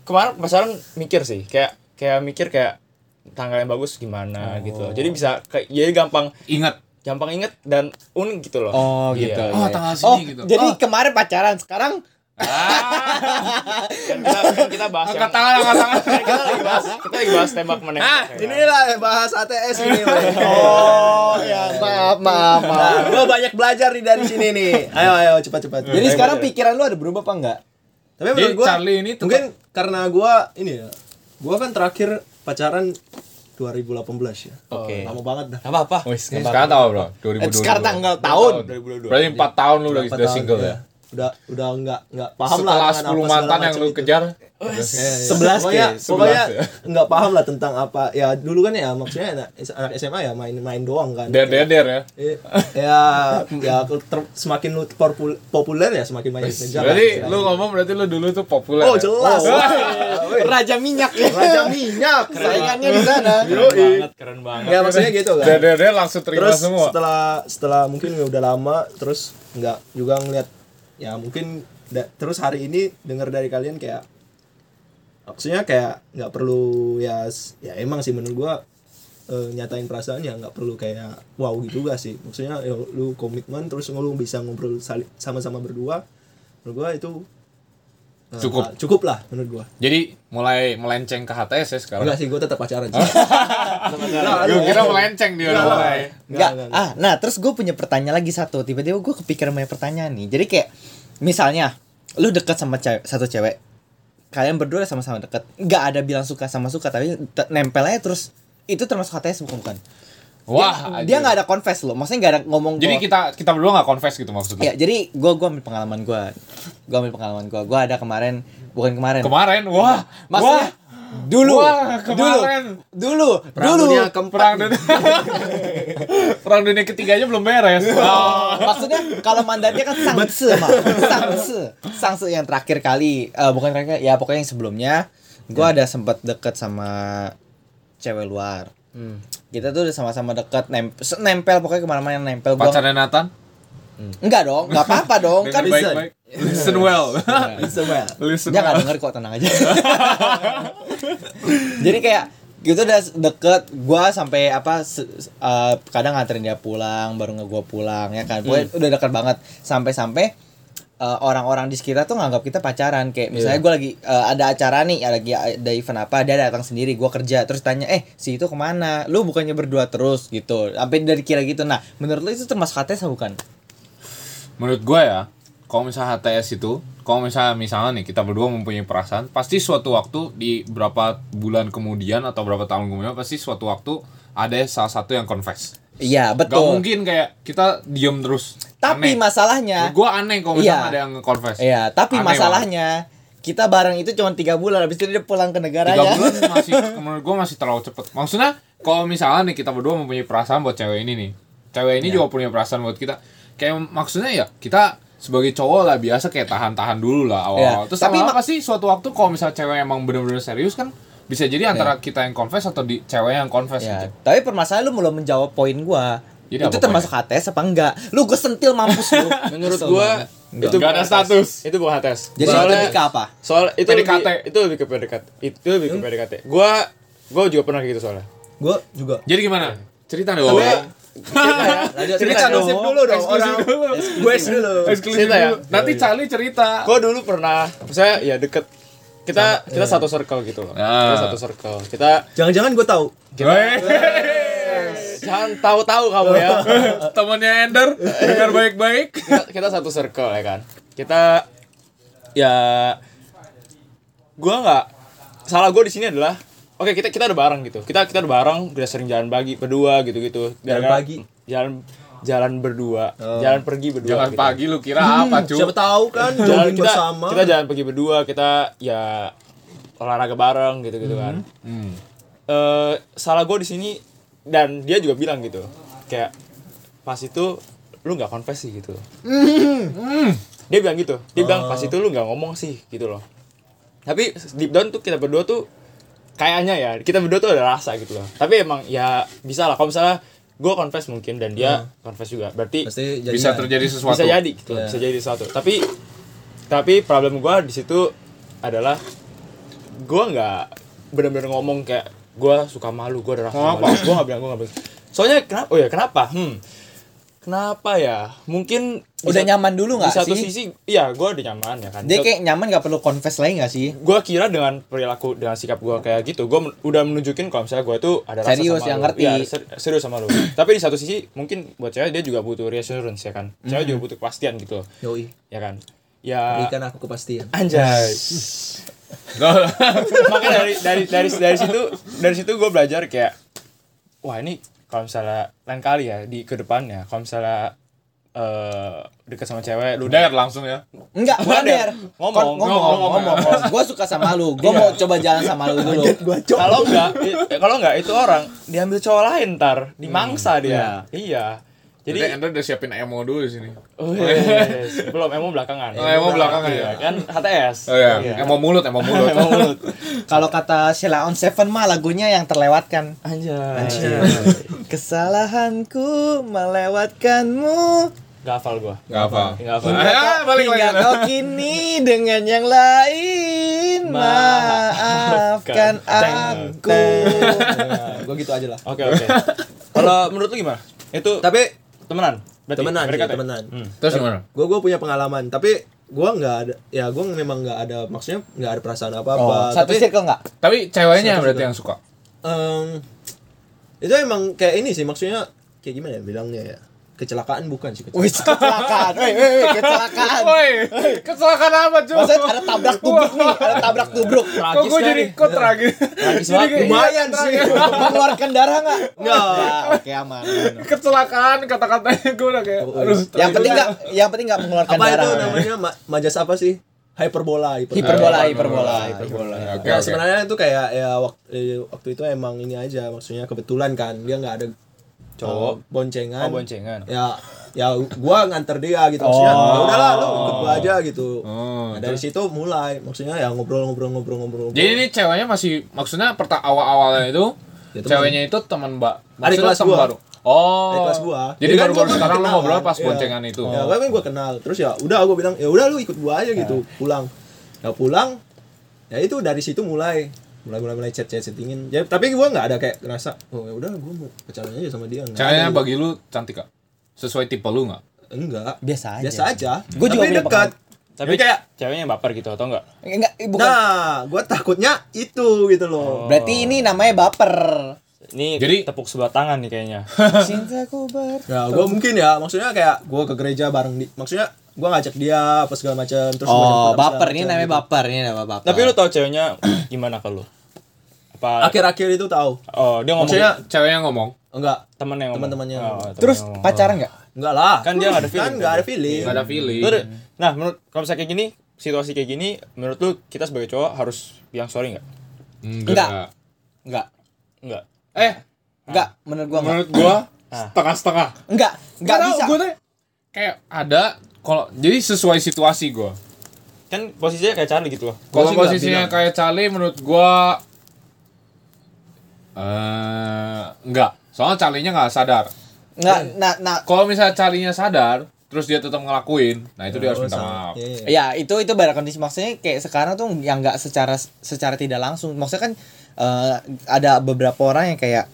[SPEAKER 5] kemarin pacaran mikir sih, kayak kayak mikir kayak tanggal yang bagus
[SPEAKER 1] Oh.
[SPEAKER 5] gimana gitu. Jadi bisa kayak jadi gampang
[SPEAKER 2] Ingat.
[SPEAKER 5] gampang inget dan unik gitu loh.
[SPEAKER 1] Oh,
[SPEAKER 5] Iya.
[SPEAKER 1] gitu.
[SPEAKER 2] Oh,
[SPEAKER 1] Iya.
[SPEAKER 2] tanggal sini
[SPEAKER 1] Oh,
[SPEAKER 2] gitu.
[SPEAKER 1] jadi
[SPEAKER 2] Oh.
[SPEAKER 1] kemarin pacaran, sekarang
[SPEAKER 5] Kan kita, kan kita bahas
[SPEAKER 2] Angkat tangan, angkat tangan.
[SPEAKER 5] Kan kita lagi bahas kita lagi bahas tembak menembak. ya.
[SPEAKER 4] Inilah eh, bahas ATS ini.
[SPEAKER 1] Oh, ya maaf,
[SPEAKER 5] Iya.
[SPEAKER 1] maaf, maaf.
[SPEAKER 4] Gue banyak belajar nih dari sini nih. Ayo ayo cepat cepat.
[SPEAKER 1] Jadi sekarang pikiran lu ada berubah apa enggak?
[SPEAKER 2] Jadi
[SPEAKER 4] tapi menurut gue
[SPEAKER 2] Charlie ini tetap-
[SPEAKER 4] mungkin karena gue ini ya, gue kan terakhir pacaran 2018 ya.
[SPEAKER 1] Oke.
[SPEAKER 4] Lama banget dah.
[SPEAKER 2] Oh,
[SPEAKER 5] Gak apa-apa.
[SPEAKER 2] Sekarang tahu bro, 2022.
[SPEAKER 1] Sekarang tanggal tahun.
[SPEAKER 5] 2022.
[SPEAKER 2] Berarti 4 tahun lu udah
[SPEAKER 4] Berapa
[SPEAKER 2] udah
[SPEAKER 4] tahun,
[SPEAKER 2] single
[SPEAKER 4] iya.
[SPEAKER 2] ya.
[SPEAKER 4] Udah udah nggak nggak paham
[SPEAKER 2] Setelah
[SPEAKER 4] lah.
[SPEAKER 2] 10
[SPEAKER 4] dengan apa segala
[SPEAKER 2] mantan yang
[SPEAKER 4] macam
[SPEAKER 2] lu
[SPEAKER 4] itu.
[SPEAKER 2] kejar.
[SPEAKER 1] Sebelas,
[SPEAKER 4] pokoknya,
[SPEAKER 1] Ki.
[SPEAKER 4] pokoknya
[SPEAKER 2] Sebelas,
[SPEAKER 4] nggak paham lah tentang apa ya dulu kan ya maksudnya anak, anak SMA ya main-main doang kan
[SPEAKER 2] Der-der ya.
[SPEAKER 4] Eh, ya ya ter- semakin lu popul- populer ya semakin banyak ngejar
[SPEAKER 2] Berarti
[SPEAKER 4] lah.
[SPEAKER 2] lu ngomong berarti lu dulu tuh populer.
[SPEAKER 4] oh
[SPEAKER 2] ya?
[SPEAKER 4] jelas
[SPEAKER 1] Raja minyak ya.
[SPEAKER 4] raja minyak saingannya
[SPEAKER 1] Saingannya di sana.
[SPEAKER 5] Keren banget, keren banget.
[SPEAKER 4] ya maksudnya gitu kan
[SPEAKER 2] Der-der langsung terima
[SPEAKER 4] terus
[SPEAKER 2] semua.
[SPEAKER 4] setelah setelah mungkin udah lama terus nggak juga ngeliat ya mungkin da- terus hari ini dengar dari kalian kayak maksudnya kayak nggak perlu ya s- ya emang sih menurut gua eh, nyatain perasaan ya nggak perlu kayak wow gitu gak sih maksudnya ya, lu komitmen terus lu bisa ngobrol sali- sama-sama berdua menurut gua itu eh,
[SPEAKER 2] Cukup.
[SPEAKER 4] cukup lah menurut gua
[SPEAKER 2] Jadi mulai melenceng ke HTS ya sekarang.
[SPEAKER 4] enggak sih gua tetap pacaran sih
[SPEAKER 2] Gue kira melenceng dia udah mulai.
[SPEAKER 1] Enggak. Ah, nah terus gue punya pertanyaan lagi satu. Tiba-tiba gue kepikiran banyak pertanyaan nih. Jadi kayak misalnya lu deket sama cewek, satu cewek. Kalian berdua sama-sama deket. Enggak ada bilang suka sama suka tapi te- nempel aja terus itu termasuk HTS bukan bukan?
[SPEAKER 2] Wah,
[SPEAKER 1] dia
[SPEAKER 2] anjir.
[SPEAKER 1] nggak ada confess loh. Maksudnya nggak ada ngomong
[SPEAKER 2] Jadi
[SPEAKER 1] gua-
[SPEAKER 2] kita kita berdua nggak confess gitu
[SPEAKER 1] Ya,
[SPEAKER 2] maksudnya.
[SPEAKER 1] jadi gua gua ambil pengalaman gua. Gua ambil pengalaman gua. Gua ada kemarin bukan kemarin.
[SPEAKER 2] Kemarin, wah,
[SPEAKER 1] iya. Maksudnya
[SPEAKER 2] wah,
[SPEAKER 1] dulu.
[SPEAKER 2] Wah, kemarin.
[SPEAKER 1] Dulu. Dulu.
[SPEAKER 4] Perang
[SPEAKER 1] dulu.
[SPEAKER 4] dunia ke-
[SPEAKER 2] perang dunia, perang dunia ketiganya belum beres.
[SPEAKER 1] Iya.
[SPEAKER 2] Oh.
[SPEAKER 1] Maksudnya kalau mandatnya kan sangse, Ma. sangse, sangse yang terakhir kali, Eh, bukan terakhir, ya pokoknya yang sebelumnya, gua ada sempat deket sama cewek luar. Kita tuh udah sama-sama deket, nempel, nempel pokoknya kemana-mana yang nempel. Gua,
[SPEAKER 2] Pacarnya Nathan?
[SPEAKER 1] enggak dong, enggak apa-apa dong, kan
[SPEAKER 2] Dengar baik-baik. Listen well.
[SPEAKER 4] It's a well.
[SPEAKER 2] Listen
[SPEAKER 1] dia nggak
[SPEAKER 2] well.
[SPEAKER 1] denger kok tenang aja jadi kayak gitu udah deket gua sampai apa se- se- eh, kadang nganterin dia pulang baru nge gua pulang ya kan Pokoknya
[SPEAKER 2] Hmm.
[SPEAKER 1] udah dekat banget sampai sampai eh, orang-orang di sekitar tuh nganggap kita pacaran kayak
[SPEAKER 2] Iya.
[SPEAKER 1] misalnya gua lagi eh, ada acara nih ya lagi ada event apa dia datang sendiri gua kerja terus tanya eh si itu kemana lu bukannya berdua terus gitu sampai dari kira gitu nah menurut lu itu termasuk HTS atau bukan
[SPEAKER 2] Menurut gua ya, kalau misalnya HTS itu, kalau misalnya misalnya nih kita berdua mempunyai perasaan, pasti suatu waktu di berapa bulan kemudian atau berapa tahun kemudian pasti suatu waktu ada salah satu yang confess.
[SPEAKER 1] iya
[SPEAKER 2] Gak
[SPEAKER 1] betul
[SPEAKER 2] mungkin kayak kita diem terus.
[SPEAKER 1] tapi
[SPEAKER 2] Aneh.
[SPEAKER 1] masalahnya
[SPEAKER 2] Gue aneh kalau misalnya
[SPEAKER 1] Iya.
[SPEAKER 2] ada yang confess.
[SPEAKER 1] Iya, tapi
[SPEAKER 2] Aneh
[SPEAKER 1] masalahnya kita bareng itu cuma tiga bulan, habis itu dia pulang ke ya.
[SPEAKER 2] banget. tiga
[SPEAKER 1] negaranya.
[SPEAKER 2] bulan masih menurut gue masih terlalu cepet. Maksudnya kalau misalnya nih kita berdua mempunyai perasaan buat cewek ini nih, cewek ini juga punya perasaan buat kita. Kayak maksudnya ya kita sebagai cowok lah biasa kayak tahan-tahan dulu lah awal-awal.
[SPEAKER 1] Iya.
[SPEAKER 2] Terus
[SPEAKER 1] Tapi
[SPEAKER 2] tapi
[SPEAKER 1] mak-
[SPEAKER 2] pasti suatu waktu kalau misalnya cewek emang bener-bener serius kan bisa jadi antara kita yang confess atau di cewek yang confess
[SPEAKER 1] Ya,
[SPEAKER 2] gitu.
[SPEAKER 1] tapi permasalahan lu belum menjawab poin gua.
[SPEAKER 2] Jadi
[SPEAKER 1] itu
[SPEAKER 2] apa
[SPEAKER 1] termasuk HTS apa enggak? Lu gue sentil mampus lu.
[SPEAKER 5] Menurut
[SPEAKER 1] Kesel
[SPEAKER 5] gua
[SPEAKER 1] banget.
[SPEAKER 5] itu
[SPEAKER 2] Nggak
[SPEAKER 5] bukan
[SPEAKER 2] ada
[SPEAKER 5] HTS.
[SPEAKER 2] status.
[SPEAKER 5] Itu bukan HTS.
[SPEAKER 1] Jadi
[SPEAKER 5] Soalnya-
[SPEAKER 1] itu nikah apa?
[SPEAKER 5] Soal itu
[SPEAKER 2] PDKT.
[SPEAKER 5] lebih itu lebih ke PDKT. Itu lebih
[SPEAKER 4] Hmm?
[SPEAKER 5] ke PDKT. Gua gua juga pernah kayak gitu soalnya.
[SPEAKER 4] gue juga
[SPEAKER 2] Jadi gimana? Cerita dong.
[SPEAKER 4] tapi
[SPEAKER 1] Cerita ya. Lanjut
[SPEAKER 4] Cerita
[SPEAKER 1] cerita
[SPEAKER 4] dong.
[SPEAKER 1] dong.
[SPEAKER 4] dulu dong orang. Gue dulu.
[SPEAKER 2] Eksklusif
[SPEAKER 5] Cerita ya?
[SPEAKER 2] dulu. Nanti Charlie cerita.
[SPEAKER 5] Gue dulu pernah, saya ya deket kita kita
[SPEAKER 4] iya.
[SPEAKER 5] satu circle gitu loh.
[SPEAKER 2] Ah.
[SPEAKER 5] Kita satu circle. Kita
[SPEAKER 4] Jangan-jangan gue tahu.
[SPEAKER 5] jangan tahu-tahu kamu ya.
[SPEAKER 2] Temannya Ender, dengar baik-baik.
[SPEAKER 5] kita, kita satu circle ya kan. Kita ya gua nggak salah gue di sini adalah oke kita kita udah bareng gitu. Kita kita udah bareng, udah sering jalan pagi berdua gitu-gitu.
[SPEAKER 4] Jalan
[SPEAKER 5] Gara-gara-
[SPEAKER 4] pagi?
[SPEAKER 5] Jalan jalan berdua, jalan pergi berdua.
[SPEAKER 2] Jangan
[SPEAKER 5] gitu.
[SPEAKER 2] pagi lu kira apa, cu?
[SPEAKER 4] Siapa tahu kan
[SPEAKER 5] jalan
[SPEAKER 4] jogging
[SPEAKER 5] kita,
[SPEAKER 4] bersama.
[SPEAKER 5] kita jalan pergi berdua kita ya olahraga bareng gitu gitu kan
[SPEAKER 2] Hmm.
[SPEAKER 5] Eh, salah gue di sini dan dia juga bilang gitu kayak pas itu lu nggak confess sih gitu dia bilang gitu dia bilang pas itu lu nggak ngomong sih gitu loh tapi deep down tuh kita berdua tuh kayaknya ya kita berdua tuh ada rasa gitu loh tapi emang ya bisa lah kalau misalnya gue confess mungkin dan dia confess juga berarti
[SPEAKER 4] Pasti jadian.
[SPEAKER 2] Bisa terjadi sesuatu.
[SPEAKER 5] bisa jadi gitu
[SPEAKER 4] Iya.
[SPEAKER 5] bisa jadi sesuatu tapi tapi problem gua di situ adalah gua nggak benar-benar ngomong kayak gua suka malu gua ada rasa
[SPEAKER 2] Kenapa?
[SPEAKER 5] malu gua nggak bilang gua nggak bilang soalnya kenapa oh ya kenapa hmm kenapa ya mungkin di
[SPEAKER 1] Udah
[SPEAKER 5] sat-
[SPEAKER 1] nyaman dulu
[SPEAKER 5] di
[SPEAKER 1] nggak
[SPEAKER 5] satu
[SPEAKER 1] sih?
[SPEAKER 5] sisi iya gua udah nyaman ya kan
[SPEAKER 1] Dia kayak nyaman gak perlu confess lagi gak sih?
[SPEAKER 5] gue kira dengan perilaku dengan sikap gue kayak gitu gue udah menunjukin kalau misalnya gue tuh ada rasa
[SPEAKER 1] Serius,
[SPEAKER 5] sama
[SPEAKER 1] yang
[SPEAKER 5] lu.
[SPEAKER 1] ngerti.
[SPEAKER 5] Iya, ser- serius sama lu tapi di satu sisi mungkin buat cewek dia juga butuh reassurance ya kan cewek juga butuh kepastian gitu loh.
[SPEAKER 4] Yoi.
[SPEAKER 5] ya kan ya
[SPEAKER 4] Berikan aku kepastian.
[SPEAKER 5] anjay makanya dari dari dari dari situ dari situ gue belajar kayak wah ini kalau misalnya lain kali ya di kedepannya kalau misalnya eh dekat sama cewek lu
[SPEAKER 2] Udah langsung ya.
[SPEAKER 1] Enggak, bukan Der.
[SPEAKER 5] Der.
[SPEAKER 1] Kon-
[SPEAKER 5] Ngomong, Iya.
[SPEAKER 2] ngomong,
[SPEAKER 1] ngomong, ngomong. Gue suka sama lu. Gue mau coba jalan sama lu dulu.
[SPEAKER 5] kalau enggak i- kalau enggak itu orang diambil cowok lain ntar dimangsa dia iya
[SPEAKER 2] Jadi
[SPEAKER 5] jadi
[SPEAKER 2] Ender udah siapin emo dulu di sini.
[SPEAKER 5] Oh, yes. belum emo belakangan
[SPEAKER 2] Oh, emo belakangan, ya.
[SPEAKER 5] Iya, kan HTS
[SPEAKER 2] Oh iya, emo mulut, emo mulut.
[SPEAKER 5] emo mulut
[SPEAKER 1] Kalau kata Sheila on Seven mah lagunya yang terlewatkan.
[SPEAKER 5] anjay
[SPEAKER 1] Kesalahanku melewatkanmu
[SPEAKER 5] gak hafal gua
[SPEAKER 2] Gak apa.
[SPEAKER 5] gak hafal
[SPEAKER 2] Ah, balik lagi.
[SPEAKER 1] Hingga kau kini dengan yang lain Maafkan
[SPEAKER 5] Maafkan
[SPEAKER 1] aku
[SPEAKER 4] gue gitu aja lah.
[SPEAKER 5] oke oke kalau menurut lu gimana itu
[SPEAKER 4] Tapi
[SPEAKER 5] temenan berarti
[SPEAKER 4] temenan, sih,
[SPEAKER 5] PDKT?
[SPEAKER 4] temenan.
[SPEAKER 2] Terus gimana?
[SPEAKER 4] Gue gue punya pengalaman, tapi gue nggak ada, ya gue memang nggak ada maksudnya nggak ada perasaan apa apa.
[SPEAKER 1] Oh, Satu
[SPEAKER 4] tapi
[SPEAKER 1] circle nggak?
[SPEAKER 2] Tapi ceweknya berarti yang suka.
[SPEAKER 4] em, itu emang kayak ini sih maksudnya kayak gimana ya bilangnya ya kecelakaan bukan sih kecelakaan.
[SPEAKER 1] Wih kecelakaan, wih wih wih, kecelakaan
[SPEAKER 2] Woi, kecelakaan apa, Cuk?
[SPEAKER 1] Maksudnya ada tabrak tubruk nih, ada tabrak tubruk
[SPEAKER 2] Kok gue jadi kok tragis?
[SPEAKER 5] Tragis banget.
[SPEAKER 2] Jadi kayak-
[SPEAKER 4] Lumayan sih.
[SPEAKER 1] Mengeluarkan darah nggak?
[SPEAKER 4] Nggak.
[SPEAKER 1] Ya, Oke aman
[SPEAKER 2] Kecelakaan kata-katanya gue udah kayak aduh.
[SPEAKER 1] Yang penting
[SPEAKER 4] Apa
[SPEAKER 1] nggak, yang penting nggak mengeluarkan
[SPEAKER 4] apa
[SPEAKER 1] darah
[SPEAKER 4] itu namanya ma- majas apa sih
[SPEAKER 1] Hiperbola,
[SPEAKER 4] hyperbola
[SPEAKER 2] Eh,
[SPEAKER 1] hiperbola,
[SPEAKER 2] hiperbola.
[SPEAKER 1] hiperbola.
[SPEAKER 2] Oke,
[SPEAKER 4] Nah,
[SPEAKER 2] oke.
[SPEAKER 4] sebenarnya itu kayak ya waktu, waktu itu emang ini aja maksudnya kebetulan kan dia nggak ada
[SPEAKER 5] Cowok.
[SPEAKER 4] cowok boncengan.
[SPEAKER 5] Oh, boncengan.
[SPEAKER 4] Ya ya gua nganter dia gitu maksudnya. "Ya udahlah lu ikut gua aja gitu.
[SPEAKER 2] Oh,
[SPEAKER 4] Nah, dari situ mulai maksudnya ya ngobrol-ngobrol-ngobrol-ngobrol.
[SPEAKER 2] Jadi ini ceweknya masih maksudnya perta awal-awalnya itu
[SPEAKER 4] Ya, teman.
[SPEAKER 2] ceweknya itu teman Mbak.
[SPEAKER 4] Adik
[SPEAKER 2] Maksudnya
[SPEAKER 4] kelas
[SPEAKER 2] teman
[SPEAKER 4] gua.
[SPEAKER 2] baru. Oh.
[SPEAKER 4] Adik kelas gua.
[SPEAKER 2] Jadi
[SPEAKER 4] Ya kan
[SPEAKER 2] baru-baru
[SPEAKER 4] gua
[SPEAKER 2] sekarang lu
[SPEAKER 4] kenal
[SPEAKER 2] ngobrol
[SPEAKER 4] kan.
[SPEAKER 2] pas
[SPEAKER 4] Iya.
[SPEAKER 2] boncengan itu.
[SPEAKER 4] Ya, gua kan gua kenal. Terus ya udah gua bilang, "Ya udah lu ikut gua aja gitu,
[SPEAKER 2] Iya.
[SPEAKER 4] pulang." Ya pulang. Ya itu dari situ mulai mulai mulai mulai chat chat chattingin. Ya, tapi gua nggak ada kayak ngerasa, "Oh, ya udah gua mau pacaran aja sama dia." Nggak
[SPEAKER 2] Ceweknya
[SPEAKER 4] ada.
[SPEAKER 2] bagi lu cantik gak? Sesuai tipe lu gak?
[SPEAKER 4] enggak.
[SPEAKER 1] Biasa aja.
[SPEAKER 4] Biasa aja.
[SPEAKER 1] Gua juga
[SPEAKER 4] Tapi
[SPEAKER 1] punya
[SPEAKER 4] dekat.
[SPEAKER 5] tapi
[SPEAKER 4] Jadi kayak-
[SPEAKER 5] ceweknya baper gitu atau enggak
[SPEAKER 1] Enggak, eh, bukan.
[SPEAKER 4] Nah, gua takutnya itu gitu
[SPEAKER 2] Oh.
[SPEAKER 4] loh.
[SPEAKER 1] Berarti ini namanya baper.
[SPEAKER 5] ini
[SPEAKER 2] Jadi-
[SPEAKER 5] tepuk sebelah tangan nih kayaknya
[SPEAKER 1] Cintaku ber.
[SPEAKER 4] Ya, gue mungkin ya, maksudnya kayak gue ke gereja bareng di, maksudnya gue ngajak dia apa segala macam terus gua
[SPEAKER 1] Oh,
[SPEAKER 4] jemput apa
[SPEAKER 1] baper
[SPEAKER 4] segala
[SPEAKER 1] ini
[SPEAKER 4] macam,
[SPEAKER 1] namanya
[SPEAKER 4] gitu.
[SPEAKER 1] baper, ini namanya baper.
[SPEAKER 5] tapi lu tau ceweknya gimana kalau apa
[SPEAKER 4] Akhir-akhir itu tahu.
[SPEAKER 5] oh dia ngomong
[SPEAKER 4] Maksudnya
[SPEAKER 2] Ceweknya ngomong.
[SPEAKER 4] enggak,
[SPEAKER 5] temen yang ngomong.
[SPEAKER 4] Teman-temannya.
[SPEAKER 5] Oh, temennya
[SPEAKER 1] terus
[SPEAKER 5] ngomong.
[SPEAKER 1] pacaran nggak?
[SPEAKER 4] enggak lah.
[SPEAKER 5] Kan dia nggak ada feeling,
[SPEAKER 4] Kan enggak ada
[SPEAKER 5] kan?
[SPEAKER 4] feeling.
[SPEAKER 2] Gak ada feeling.
[SPEAKER 5] Lu ada- nah menurut kalau misalnya kayak gini situasi kayak gini menurut lu kita sebagai cowok harus bilang sorry nggak
[SPEAKER 1] Enggak. Enggak.
[SPEAKER 5] nggak
[SPEAKER 2] Hmm, Eh,
[SPEAKER 1] Enggak, menurut gua enggak.
[SPEAKER 2] menurut gua
[SPEAKER 5] Nah.
[SPEAKER 2] setengah-setengah.
[SPEAKER 1] Enggak, enggak
[SPEAKER 2] Karena
[SPEAKER 1] bisa.
[SPEAKER 2] Gua tuh kayak ada kalau jadi sesuai situasi gua.
[SPEAKER 5] kan posisinya kayak Charlie gitu loh
[SPEAKER 2] Kalau
[SPEAKER 4] sih nggak
[SPEAKER 2] posisinya
[SPEAKER 4] bilang.
[SPEAKER 2] kayak Charlie menurut gua eh enggak. Soalnya Charlie-nya enggak sadar.
[SPEAKER 1] Enggak, nah, nah.
[SPEAKER 2] Kalau misalnya Charlie-nya sadar, terus dia tetap ngelakuin, nah itu dia harus minta maaf.
[SPEAKER 4] Iya, iya.
[SPEAKER 1] Ya, itu itu pada kondisi maksudnya kayak sekarang tuh yang enggak secara secara tidak langsung. Maksudnya kan eh, ada beberapa orang yang kayak